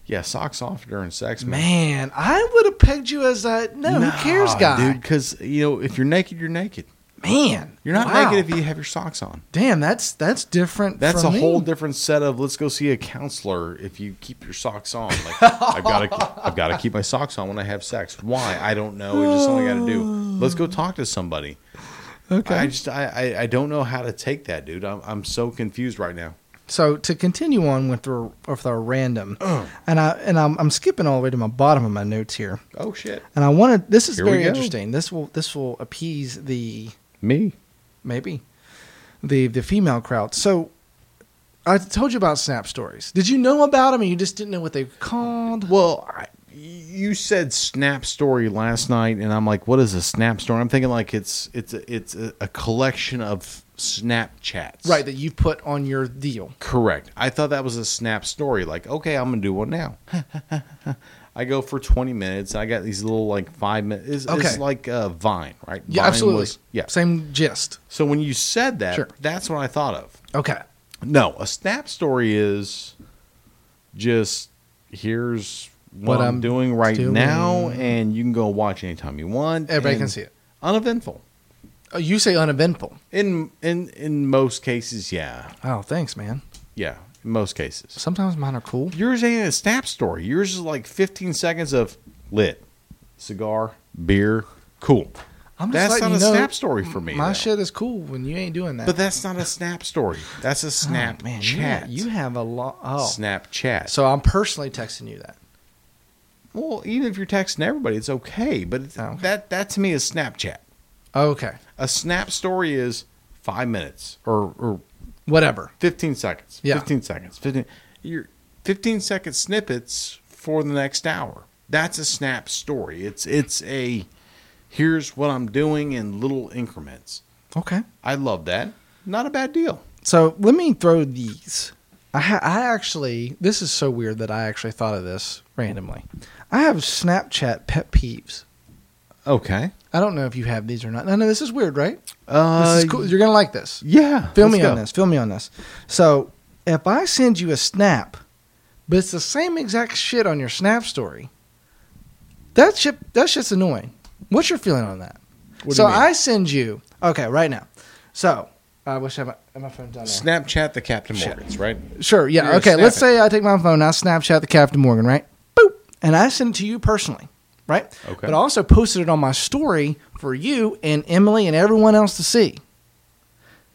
Yeah, socks off during sex, man.
Man, I would have pegged you as a no, who cares
Nah,
guy.
dude. Because you know, if you're naked, you're naked.
Man,
You're not
wow.
naked if you have your socks on.
Damn, that's that's different.
That's
from
a
me.
whole different set of let's go see a counselor if you keep your socks on. Like I've got to, I've got to keep my socks on when I have sex. Why? I don't know. It's just something I got to do. Let's go talk to somebody.
Okay.
I just, I, I, I don't know how to take that, dude. I'm, I'm so confused right now.
so to continue on with our, with our random, and I and I'm, I'm skipping all the way to my bottom of my notes here,
Oh shit.
and I wanted this is
Here we
very
go.
interesting. This will this will appease the
Me.
maybe the the female crowd. So I told you about Snap Stories. Did you know about them and you just didn't know what they were called?
Well, I, you said snap story last night, and I'm like, what is a snap story? I'm thinking like it's, it's, a, it's a, a collection of Snapchats.
Right, that you put on your deal.
Correct. I thought that was a snap story. Like, okay, I'm gonna do one now. I go for 20 minutes. I got these little like five minutes. It's,
Okay.
it's like uh, Vine, right?
Yeah,
Vine
absolutely.
was- yeah.
Same gist.
So when you said that,
Sure.
that's what I thought of.
Okay.
No, a snap story is just here's what,
What
I'm,
I'm
doing right
doing.
now, and you can go watch anytime you want.
Everybody
and
can see it.
Uneventful.
Oh, you say uneventful.
In in in most cases, yeah,
Oh, thanks, man.
yeah, in most cases.
Sometimes mine are cool.
yours ain't a snap story. Yours is like 15 seconds of lit, cigar, beer, cool.
I'm just
That's
letting
not a
you know,
snap story for me.
My
though.
shit is cool when you ain't doing that.
But that's not a snap story. That's a
Oh,
snap
man, you-
chat.
You, have a lot. Oh,
snap chat.
so I'm personally texting you that.
well, even if you're texting everybody, it's okay. But it's,
Oh.
that that to me is Snapchat.
Okay,
A snap story is five minutes or or
whatever.
15 seconds.
Yeah.
15 seconds. 15 you're 15 second snippets for the next hour. That's a snap story. It's it's a here's what I'm doing in little increments.
Okay.
I love that. Not a bad deal.
So let me throw these. I ha- I actually this is so weird that I actually thought of this randomly. I have Snapchat pet peeves.
Okay.
I don't know if you have these or not. No, no, this is weird, right?
Uh
this is cool. You're gonna like this.
Yeah.
Feel
let's
me
go.
on this. Feel me on this. So if I send you a snap, but it's the same exact shit on your snap story, that shit that shit's annoying. What's your feeling on that?
What do
so
you mean?
I send you okay right now. So I wish I had my, had my phone down there.
Snapchat the Captain
Shit.
Morgans, right?
sure, yeah,
You're gonna
okay.
snap
Let's
it.
say I take my phone, I Snapchat the Captain Morgan, right? Boop, and I send it to you personally, right?
Okay.
But I also posted it on my story for you and Emily and everyone else to see.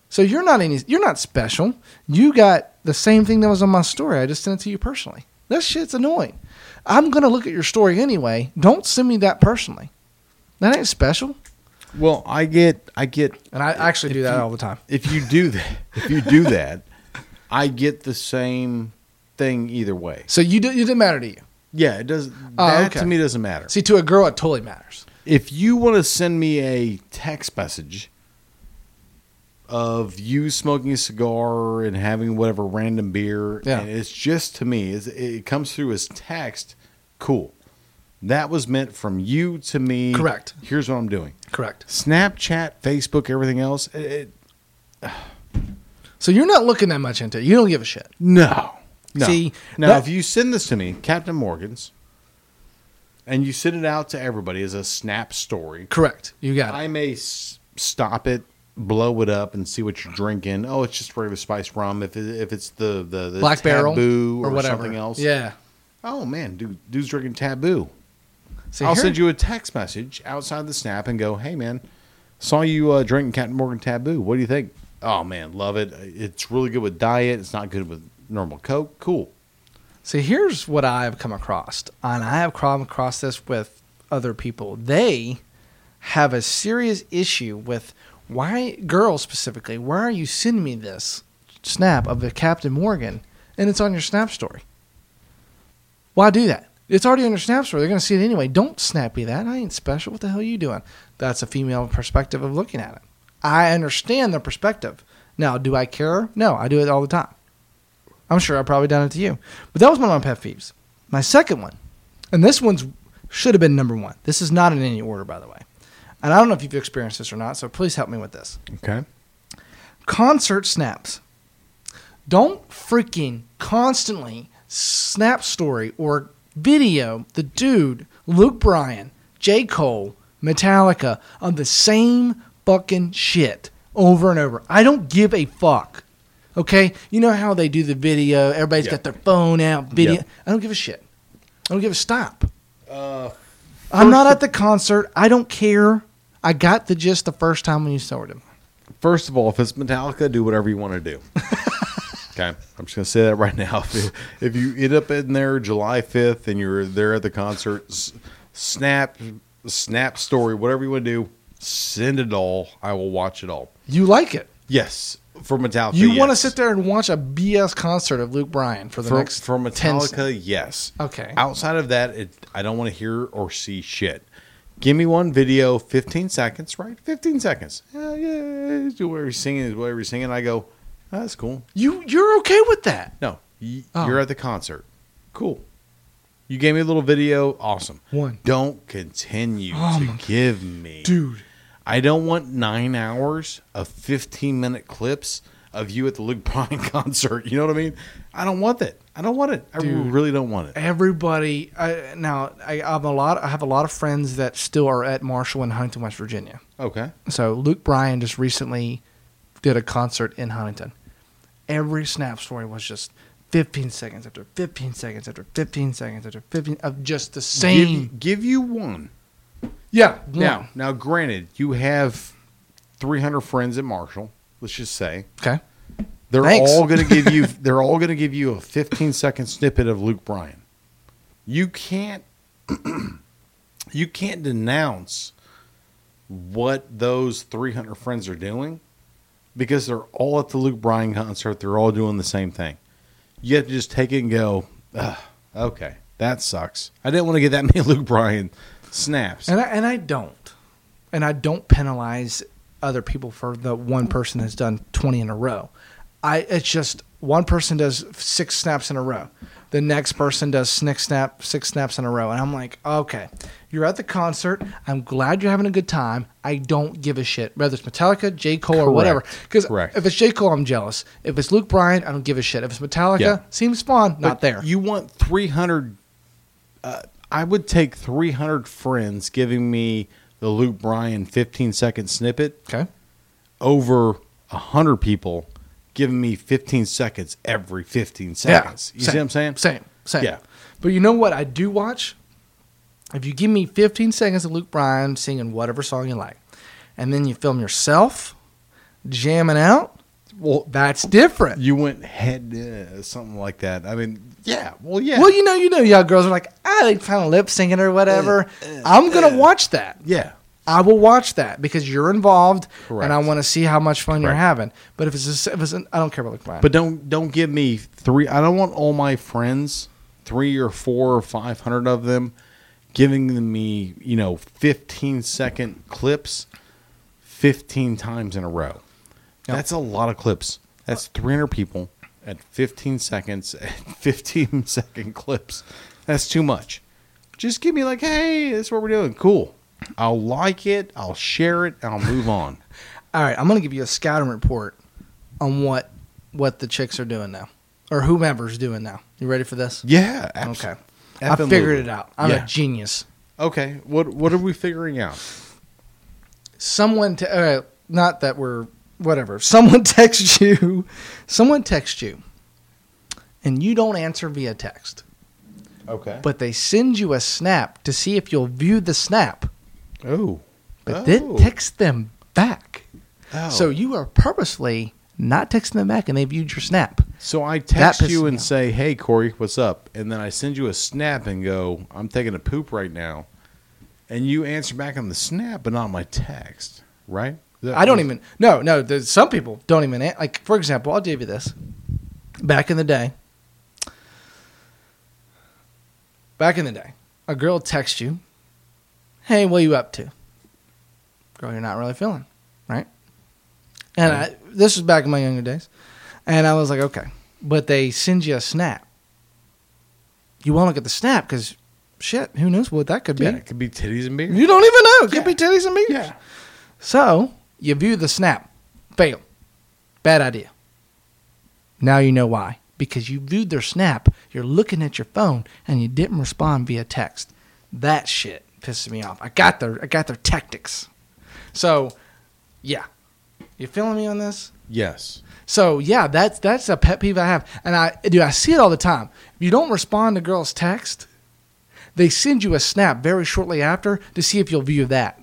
So you're not any, you're not special. You got the same thing that was on my story. I just sent it to you personally. That shit's annoying. I'm gonna look at your story anyway. Don't send me that personally. That ain't special.
Well, I get I get
And I actually do that all the time.
if you do that if you do that, I get the same thing either way.
So you did, it didn't matter to you.
Yeah, it does
Oh,
that
okay.
to me doesn't matter.
See, to a girl, it totally matters.
if you want to send me a text message of you smoking a cigar and having whatever random beer,
Yeah.
and it's just to me, it's, it comes through as text, cool. That was meant from you to me.
Correct.
Here's what I'm doing.
Correct.
Snapchat, Facebook, everything else. It, it,
So you're not looking that much into it. You don't give a shit.
no, no.
See,
now
that-
if you send this to me, Captain Morgan's, and you send it out to everybody as a snap story,
Correct. You got it.
I may s- stop it, blow it up, and see what you're drinking. Oh, it's just regular spice rum. If it, if it's the the, the
Black Barrel
taboo
or, whatever.
something else.
Yeah.
Oh man, dude, dude's drinking taboo.
See,
I'll
here-
send you a text message outside the snap and go, hey man, saw you uh, drinking Captain Morgan Taboo. What do you think? Oh man, love it. It's really good with diet. It's not good with normal Coke. Cool.
See, here's what I have come across, and I have come across this with other people. They have a serious issue with why girls specifically. Why are you sending me this snap of the Captain Morgan, and it's on your snap story? Why do that? It's already on your snap story. They're going to see it anyway. Don't snap me that. I ain't special. What the hell are you doing? That's a female perspective of looking at it. I understand their perspective. Now, do I care? No, I do it all the time. I'm sure I've probably done it to you. But that was one of my pet peeves. My second one, and this one's should have been number one. This is not in any order, by the way. And I don't know if you've experienced this or not, so please help me with this.
Okay.
Concert snaps. Don't freaking constantly Snap story or video, the dude, Luke Bryan, J. Cole, Metallica, on the same fucking shit over and over. I don't give a fuck. Okay? You know how they do the video, Everybody's
Yeah.
got their phone out, video.
Yeah.
I don't give a shit. I don't give a stop.
Uh,
I'm not at the concert. I don't care. I got the gist the first time when you started.
First of all, if it's Metallica, do whatever you want to do. okay, I'm just gonna say that right now. If, if you end up in there July 5th and you're there at the concert, s- snap, snap story, whatever you want to do, send it all. I will watch it all.
You like it.
Yes, for Metallica.
You want to
yes.
sit there and watch a BS concert of Luke Bryan for the
for,
next
for
10
Metallica? yes.
Okay.
Outside of that, it, I don't want to hear or see shit. Give me one video, 15 seconds, right? 15 seconds. Yeah, yeah, do whatever he's singing, is whatever he's singing. I go, "Ah, that's cool.
You you're okay with that?
No, y-
Oh.
you're at the concert. Cool. You gave me a little video. Awesome.
One.
Don't continue
Oh
to
my-
give me.
Dude.
I don't want nine hours of 15 minute clips of you at the Luke Bryan concert. You know what I mean? I don't want that. I don't want it. I
Dude.
really don't want it.
Everybody I, now I, I'm a lot I have a lot of friends that still are at Marshall in Huntington, West Virginia.
Okay.
So Luke Bryan just recently did a concert in Huntington. Every snap story was just 15 seconds after 15 seconds after 15 seconds after 15 of just the same.
Give, give you one.
yeah.
Now, now, granted, you have 300 friends at Marshall. Let's just say
Okay.
they're
Thanks.
all going to give you. they're all going to give you a 15 second snippet of Luke Bryan. You can't. you can't denounce what those 300 friends are doing because they're all at the Luke Bryan concert. They're all doing the same thing. You have to just take it and go. "Ugh, okay, that sucks. I didn't want to get that many Luke Bryan snaps.
And I, and I don't. And I don't penalize other people for the one person that's done 20 in a row. I it's just one person does six snaps in a row. The next person does six snap six snaps in a row and I'm like, "Okay, you're at the concert. I'm glad you're having a good time. I don't give a shit whether it's Metallica, J. Cole or whatever. Cuz
Correct.
if it's J. Cole, I'm jealous. If it's Luke Bryan, I don't give a shit. If it's Metallica,
Yeah.
seems fun, not
But
there.
You want 300. Uh, I would take 300 friends giving me the Luke Bryan 15 second snippet
okay.
over 100 people giving me 15 seconds every 15 seconds. you see
same,
what I'm saying?
Same, same.
Yeah.
But you know what I do watch? If you give me 15 seconds of Luke Bryan singing whatever song you like, and then you film yourself jamming out,
Well,
that's different.
you went head, uh, something like that. I mean, yeah. Well, yeah.
Well, you know, you know, y'all girls are like, ah, they kind of lip syncing or whatever. I'm gonna watch that.
yeah.
I will watch that because you're involved,
Correct.
and I want to see how much fun you're
Correct.
having. But if it's, just, if it's, an- I don't care about Luke Bryan.
But don't don't give me three. I don't want all my friends, three or four or five hundred of them, giving them me you know fifteen second clips, fifteen times in a row.
Yep.
That's a lot of clips. That's three hundred people at fifteen seconds at fifteen second clips. That's too much. Just give me like, hey, this is what we're doing. Cool. I'll like it. I'll share it. I'll move on.
All right, I'm going to give you a scouting report on what what the chicks are doing now, or whomever's doing now. You ready for this?
Yeah. abs-
Okay. I
Absolutely.
figured it out. I'm
Yeah.
a genius.
Okay. What what are we figuring out?
Someone, te- uh, not that we're whatever. Someone texts you. Someone texts you, and you don't answer via text,
Okay.
but they send you a snap to see if you'll view the snap,
oh.
but then text them back.
Oh.
So you are purposely not texting them back, and they viewed your snap.
So I text
pisses
you
me
and
off.
say, "Hey Corey, what's up?" And then I send you a snap and go, "I'm taking a poop right now," and you answer back on the snap, but not on my text, right? Is that-
I don't even no no. There's some people don't even an- like. For example, I'll give you this. Back in the day, back in the day, a girl texts you, "Hey, what you up to?" Girl, you're not really feeling right. And I, this was back in my younger days, and I was like, okay. But they send you a snap. You won't look at the snap because, shit, who knows what that could be?
Yeah, it could be titties and beer.
You don't even know. It could
Yeah.
be titties and meat.
Yeah.
So you view the snap. Fail. Bad idea. Now you know why. because you viewed their snap, you're looking at your phone, and you didn't respond via text. That shit pisses me off. I got their I got their tactics. So, yeah, you feeling me on this?
Yes.
So yeah, that's that's a pet peeve I have, and I do I see it all the time. If you don't respond to girls' text, they send you a snap very shortly after to see if you'll view that.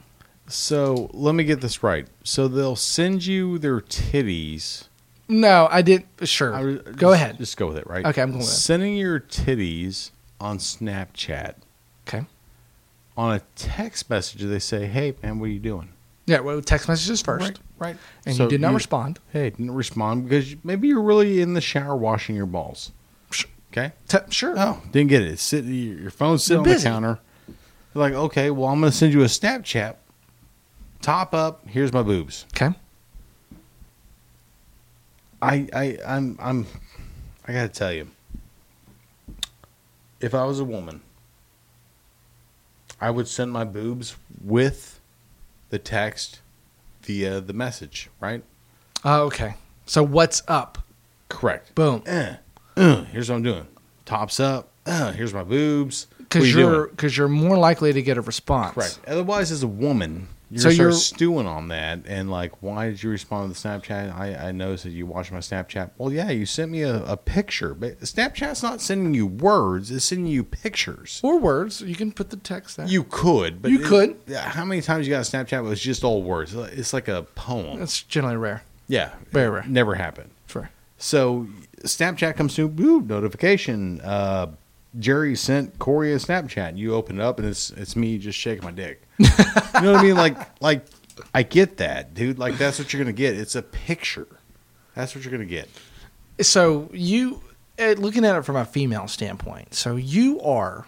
So let me get this right. So they'll send you their titties.
No, I didn't. Sure,
I was- uh,
go
just-
ahead.
Just go with it, right?
Okay, I'm going with it.
Sending your titties on Snapchat.
Okay.
On a text message, they say, "Hey, man, what are you doing?"
Yeah, well, text messages first,
Right.
and
So
you did not
you-
respond.
Hey, didn't respond because maybe you're really in the shower washing your balls.
Sure.
Okay.
Te- sure.
Oh, didn't get it. It's sitting, your phone's sitting
You're
on the
busy.
counter. They're like, okay, well, I'm going to send you a Snapchat. Top up. Here's my boobs.
Okay.
I, I, I'm, I'm, I got to tell you, if I was a woman, I would send my boobs with the text via the message, right?
Uh, okay. So what's up?
Correct.
Boom.
Uh, uh, here's what I'm doing. Tops up. Uh, here's my boobs. What
Because
you doing?
you're because you're more likely to get a response.
Correct. Otherwise, as a woman, you're
So
gonna start
you're-
stewing on that and like, why did you respond to the Snapchat? I, I noticed that you watched my Snapchat. Well, yeah, you sent me a, a picture, but Snapchat's not sending you words; it's sending you pictures.
Or words. You can put the text there.
You could, but
You
it-
could.
yeah, How many times you got a Snapchat? But it's just all words. It's like a poem.
That's generally rare.
yeah,
very rare.
Never happened.
Sure.
So Snapchat comes through, boop, notification. Uh, Jerry sent Corey a Snapchat. You open it up, and it's it's me just shaking my dick. you know what I mean? Like like I get that, dude. Like that's what you're gonna get. It's a picture. That's what you're gonna get.
So you, eh, looking at it from a female standpoint, so you are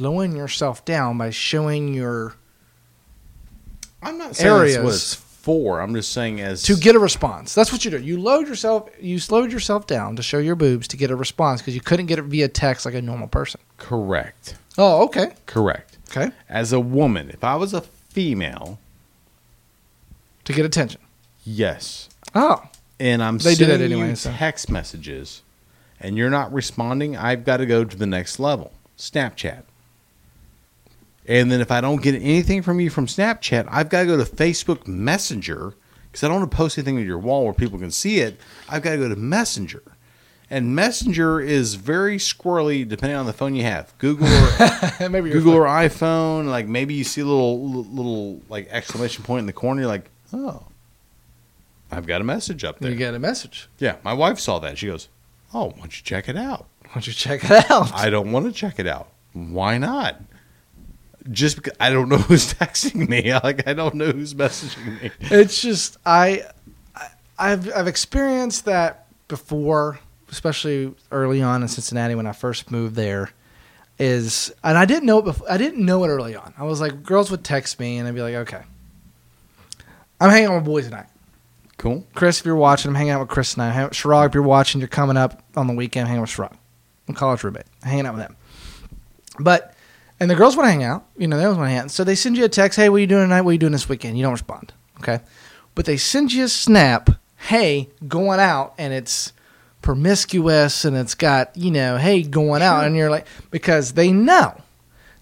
lowering yourself down by showing your
I'm not saying that's what
Areas.
it's for. I'm just saying as
to get a response. That's what you do. You load yourself, you slowed yourself down to show your boobs to get a response because you couldn't get it via text like a normal person.
correct,
Oh, okay,
correct.
okay,
As a woman, if I was a female,
to get attention.
yes,
Oh,
and I'm
They do that
sending
anyway,
you
so.
text messages, and you're not responding, I've got to go to the next level, Snapchat. And then if I don't get anything from you from Snapchat, I've got to go to Facebook Messenger because I don't want to post anything to your wall where people can see it. I've got to go to Messenger. And Messenger is very squirrely depending on the phone you have. Google or
maybe you're
Google or iPhone, like maybe you see a little little like exclamation point in the corner, you're like, "Oh. I've got a message up there."
You get a message.
Yeah, my wife saw that. She goes, "Oh, why don't you check it out?"
Why don't you check it out?
I don't want to check it out. Why not? Just because I don't know who's texting me. Like I don't know who's messaging me.
it's just I, I I've I've experienced that before, especially early on in Cincinnati when I first moved there. Is and I didn't know it before. I didn't know it early on. I was like, girls would text me, and I'd be like, okay, I'm hanging out with boys tonight.
Cool.
Chris, if you're watching, I'm hanging out with Chris tonight. Hang- Shirog, if you're watching, you're coming up on the weekend, hanging with Shirog. I'm college roommate, hanging out with him. But and the girls want to hang out, you know, they always want to hang out. So they send you a text, hey, what are you doing tonight? What are you doing this weekend? You don't respond, okay? But they send you a snap, hey, going out, and it's promiscuous and it's got you know, hey, going out, and you're like because they know.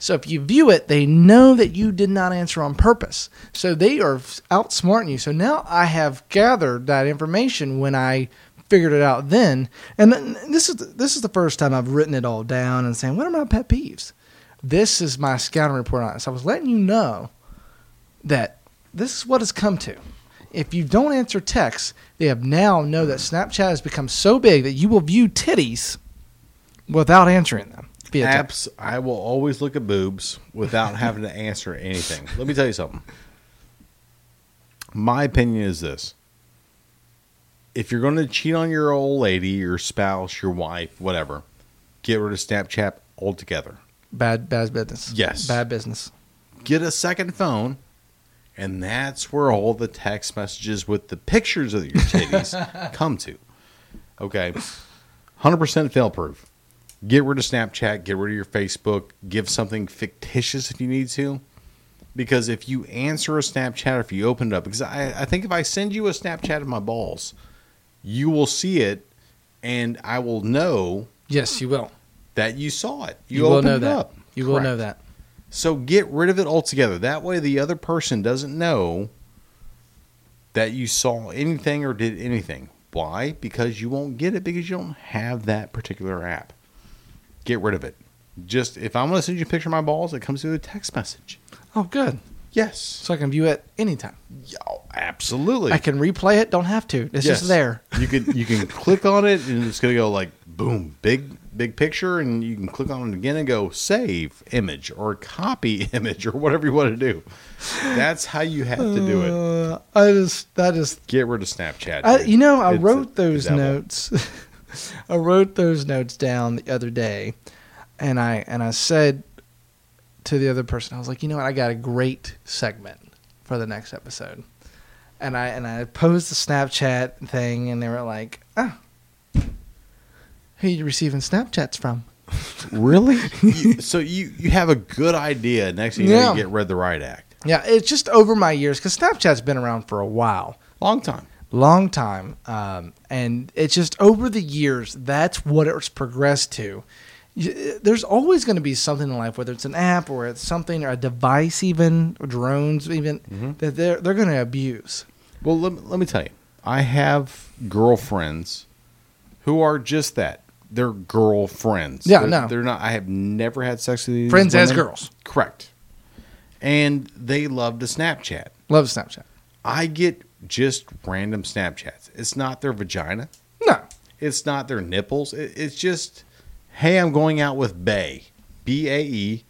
So if you view it, they know that you did not answer on purpose. So they are f- outsmarting you. So now I have gathered that information when I figured it out then. And then this is this is the first time I've written it all down and saying, what are my pet peeves? This is my scouting report on this. I was letting you know that this is what it's come to. If you don't answer texts, they have now know that Snapchat has become so big that you will view titties without answering them. via text.
Apps. I will always look at boobs without having to answer anything. Let me tell you something. My opinion is this: if you're going to cheat on your old lady, your spouse, your wife, whatever, get rid of Snapchat altogether.
Bad bad business.
Yes.
Bad business.
get a second phone, and that's where all the text messages with the pictures of your titties come to. Okay. 100% fail proof. Get rid of Snapchat, get rid of your Facebook, give something fictitious if you need to. Because if you answer a Snapchat, or if you open it up, because I, I think if I send you a Snapchat of my balls, you will see it and I will know
Yes, you will.
that you saw it. You,
You, will
opened
know
it
that.
up.
You will
Correct.
know that.
So get rid of it altogether. That way, the other person doesn't know that you saw anything or did anything. Why? Because you won't get it because you don't have that particular app. Get rid of it. Just if I'm going to send you a picture of my balls, it comes through a text message.
Oh, good.
Yes.
So I can view it anytime.
Oh, absolutely.
I can replay it. Don't have to. It's
Yes.
just there.
You can you can click on it and it's gonna go like boom, big big picture, and you can click on it again and go save image or copy image or whatever you want to do. That's how you have to do it.
Uh, I just that is
Get rid of Snapchat.
I,
dude.
you know I
It's
wrote
a
those
devil.
notes. I wrote those notes down the other day, and I and I said to the other person, I was like, you know what, I got a great segment for the next episode, and I and I posed the Snapchat thing, and they were like, oh, who you receiving Snapchats from?
Really? You- so you you have a good idea. Next thing you know,
Yeah.
you get read the right act.
Yeah, it's just over my years because Snapchat's been around for a while.
Long time.
long time um, and it's just over the years that's what it's progressed to Y- there's always going to be something in life whether it's an app or it's something or a device even or drones even
Mm-hmm.
that they're they're going to abuse
Well, let me, let me tell you. I have girlfriends who are just that. They're girlfriends.
Yeah,
they're,
no.
they're not. I have never had sex with these
Friends as
women.
girls.
Correct. And they love to Snapchat.
love snapchat
I get just random Snapchats. It's not their vagina.
no
It's not their nipples. It, it's just, hey, I'm going out with Bay, B A E,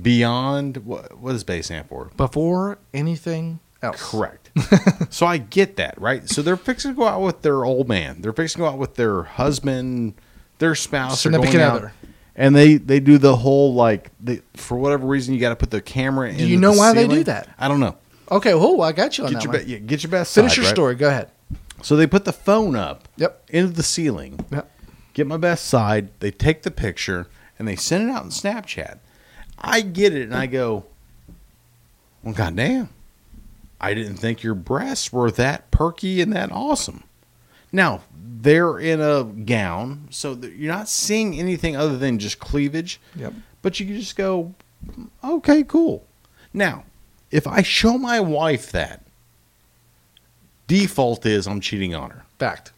beyond what what does Bay stand for?
before anything else
Correct. so I get that, right? So they're fixing to go out with their old man. They're fixing to go out with their husband, their spouse, or going
Significant
out,
other.
and they they do the whole like they, for whatever reason you got to put the camera. in
you
the
know why they do
ceiling.
that?
I don't know.
okay whoa i got you on
Get
that
your
one.
be, yeah, get your best.
finish
side,
your
right?
story go ahead
So they put the phone up.
Yep.
Into the ceiling.
Yep.
Get my best side. They take the picture and they send it out in Snapchat. I get it and I go, well, goddamn. I didn't think your breasts were that perky and that awesome. Now, they're in a gown, so that you're not seeing anything other than just cleavage.
Yep.
But you can just go, okay, cool. Now, if I show my wife that, default is I'm cheating on her,
fact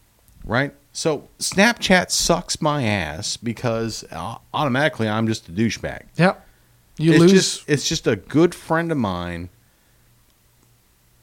right? So Snapchat sucks my ass because uh, automatically I'm just a douchebag.
yep you
it's
lose
Just, it's just a good friend of mine.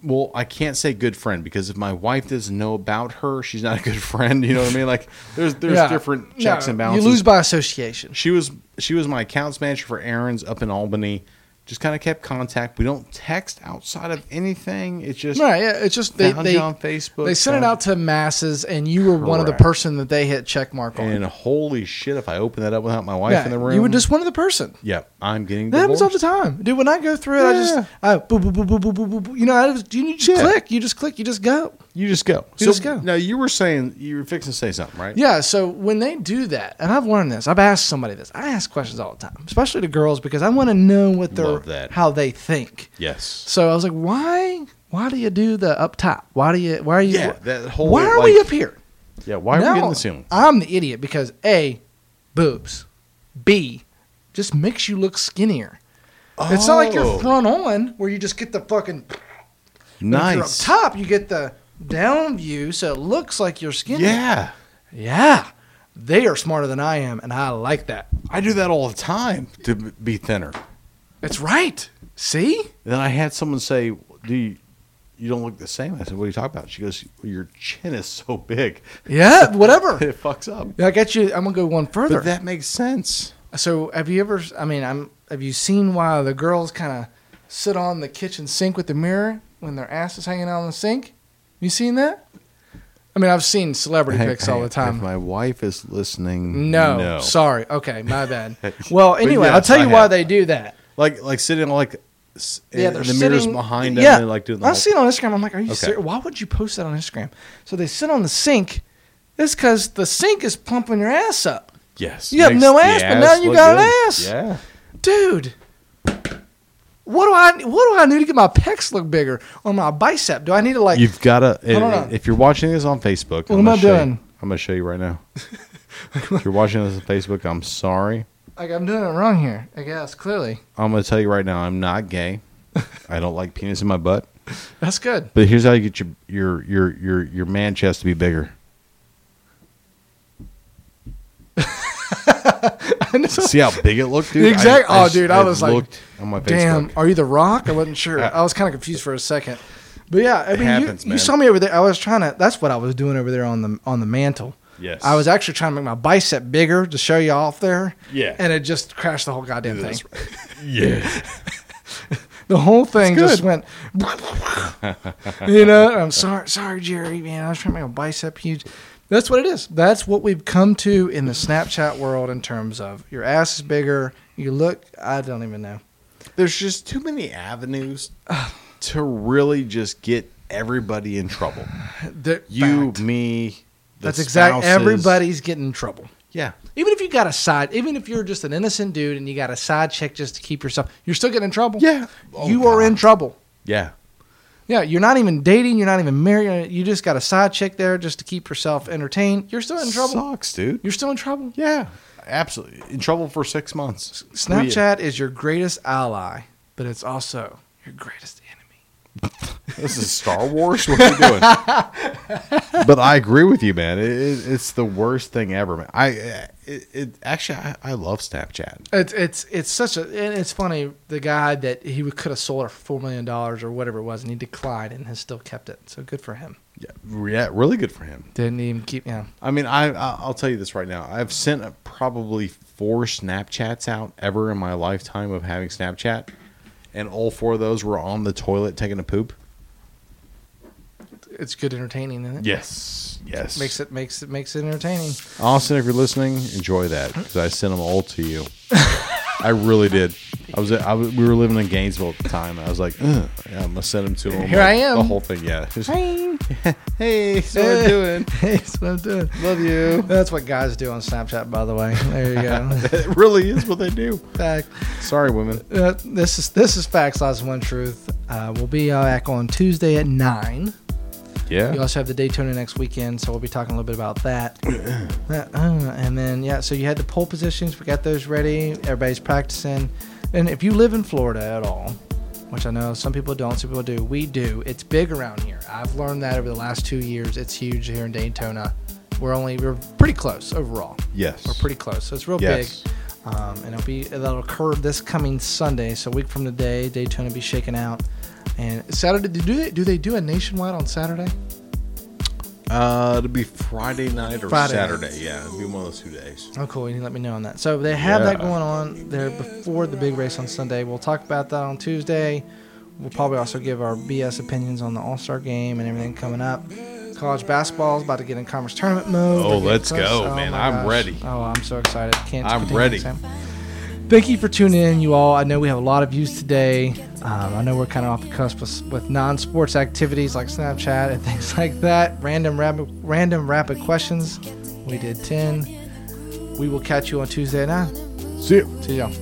Well, I can't say good friend because if my wife doesn't know about her, she's not a good friend. You know what I mean? Like there's there's
Yeah.
different checks
No,
and balances.
you lose by association
She was she was my accounts manager for Aaron's up in Albany. Just kind of kept contact. We don't text outside of anything. It's just
Right, yeah, it's just they
Found
they
you on Facebook,
They sent it
found-
out to masses, and you were one of the
Correct.
person that they hit check mark on.
and holy shit! If I open that up without my wife
Yeah,
in the room,
you were just one of the person.
yeah, I'm getting
That happens all
divorced.
the time, dude. When I go through it, I
Yeah.
just I boop boop boop boop boop boop boop. boop. You know, I just, you just
Yeah.
click, you just click, you just go.
You just go.
You just go.
Now you were saying you were fixing to say something, right?
Yeah. So when they do that, and I've learned this, I've asked somebody this. I ask questions all the time, especially to girls, because I want to know what they're
Love that.
how they think.
Yes.
So I was like, why? Why do you do the up top? Why do you? Why are you?
Yeah, that whole,
why are we
like-
up here?
Yeah. Why are we
Now,
getting the ceiling?
I'm the idiot because A, boobs. B, just makes you look skinnier. It's not like
Oh.
you're front on where you just get the fucking. If you're up
Nice.
top, you get the down view so it looks like you're skinnier.
Yeah.
Yeah. They are smarter than I am and I like that.
I do that all the time to b- be thinner.
It's right. See?
Then I had someone say, "Do you, you don't look the same?" I said, "What are you talking about?" She goes, "Your chin is so big,
Yeah, whatever.
it fucks up."
I got you. I'm going to go one further.
But that makes sense.
So have you ever? I mean, I'm. Have you seen why the girls kind of sit on the kitchen sink with the mirror when their ass is hanging out on the sink? You seen that? I mean, I've seen celebrity
Hey,
pics
hey,
all the
If
time.
my wife is listening,
No,
no.
sorry. Okay, my bad. Well,
But
anyway,
yes,
I'll tell
I
you why
have.
they do that.
like like sitting like s- and the mirrors behind them.
Yeah,
and like doing. The
I've
whole-
seen it on Instagram. I'm like, are you
Okay.
serious? Why would you post that on Instagram? So they sit on the sink. It's because the sink is pumping your ass up,
Yes,
You have
makes
no
the
ass, but now you
look
got an
good.
ass.
Yeah,
dude. What do I? What do I need to get my pecs look bigger or my bicep? Do I need to like?
you've got to.
Hold on.
If you're watching this on Facebook,
What
I'm
am I
gonna show you.
doing?
I'm gonna show you right now. if you're watching this on Facebook, I'm sorry.
Like I'm doing it wrong here, I guess. Clearly,
I'm gonna tell you right now, I'm not gay. I don't like penis in my butt.
that's good.
But here's how you get your your your your your man chest to be bigger.
I know.
See how big it looked, dude.
Exact- oh, dude, I was like,
looked on my Facebook.
Damn, are you the Rock? I wasn't sure. I was kind of confused for a second. But yeah, I mean, you-
happens,
you,
man.
saw me over there. I was trying to. That's what I was doing over there on the on the mantle.
Yes.
I was actually trying to make my bicep bigger to show you off there.
Yeah.
And it just crashed the whole goddamn thing.
That's yeah.
The whole thing just went. you know, and I'm sorry, sorry, Jerry, man. I was trying to make my bicep huge. That's what it is. That's what we've come to in the Snapchat world in terms of your ass is bigger. You look. I don't even know.
There's just too many avenues to really just get everybody in trouble.
The
You,
fact.
me, the
That's exact.
spouses.
Everybody's getting in trouble.
Yeah.
Even if you got a side, even if you're just an innocent dude and you got a side chick just to keep yourself, you're still getting in trouble.
Yeah. Oh,
you are
God.
in trouble.
Yeah.
Yeah, you're not even dating. You're not even married. You just got a side chick there just to keep yourself entertained. You're still in trouble.
Sucks, dude.
you're still in trouble.
Yeah. Absolutely. In trouble for six months.
Snapchat is your greatest ally, but it's also your greatest enemy.
This is Star Wars. What are you doing? but I agree with you, man. It, it, it's the worst thing ever, man. I uh, it, it actually I, I love Snapchat.
It's it's it's such a and it's funny the guy that he could have sold it for four million dollars or whatever it was and he declined and has still kept it. So good for him.
Yeah, yeah, really good for him.
Didn't even keep yeah.
I mean, I I- I'll tell you this right now. I've sent uh, probably four Snapchats out ever in my lifetime of having Snapchat, and all four of those were on the toilet taking a poop.
It's good entertaining, isn't it?
Yes, yes.
Makes it makes it makes it entertaining.
Austin, if you're listening, enjoy that because I sent them all to you. I really did. I was, I was- we were living in Gainesville at the time. And I was like, Ugh, yeah, I'm gonna send them to him.
Here
like,
I am.
The whole thing, yeah. Just,
Hey,
hey, so what you doing?
Hey, that's what I'm doing.
Love you.
That's what guys do on Snapchat, by the way. There you go.
It really is what they do.
Fact.
Sorry, women.
Uh, this is this is facts, lies, and one truth. Uh, we'll be uh, back on Tuesday at nine. We
Yeah.
also have the Daytona next weekend, so we'll be talking a little bit about that. Uh, uh, and then yeah, so you had the pole positions. We got those ready. Everybody's practicing. And if you live in Florida at all, which I know some people don't, some people do, we do. It's big around here. I've learned that over the last two years. It's huge here in Daytona. We're only we're pretty close overall.
Yes.
We're pretty close. So it's real
Yes.
big. Um, and it'll be that'll occur this coming Sunday. So a week from today, Daytona will be shaking out. And Saturday, do they do they do a nationwide on Saturday?
Uh, it'll be Friday night or
Friday.
Saturday. Yeah, it'll be one of those two days.
Oh, cool. You can let me know on that. So they have that
Yeah.
going on there before the big race on Sunday. We'll talk about that on Tuesday. We'll probably also give our BS opinions on the All Star game and everything coming up. College basketball is about to get in conference tournament mode.
Oh,
We're getting
let's
close.
go, man.
my
I'm ready.
Oh, I'm so excited. Can't
I'm
continue
ready.
Sam. Thank you for tuning in, you all. I know we have a lot of views today. Um, I know we're kind of off the cusp with, with non-sports activities like Snapchat and things like that. Random rapid, random rapid questions. We did ten. We will catch you on Tuesday night.
See you.
See y'all.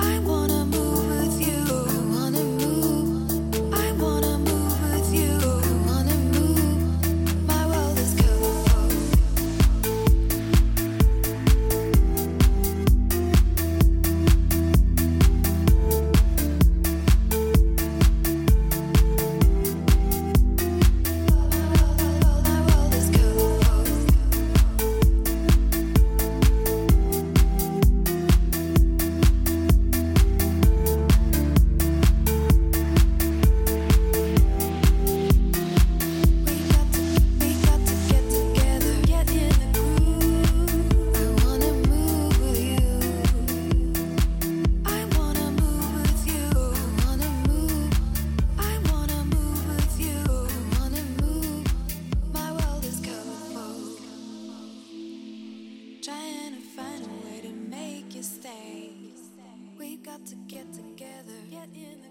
I wanna move with you. I wanna move. I wanna move with you. I wanna move. My world is colorful. My world is colorful. We got to, we got to get together, get in the groove. I wanna move with you. I wanna move with you. I wanna move. I wanna move with you. I wanna move. My world is colorful. Trying to find a way to make you stay. We got to get together, get in the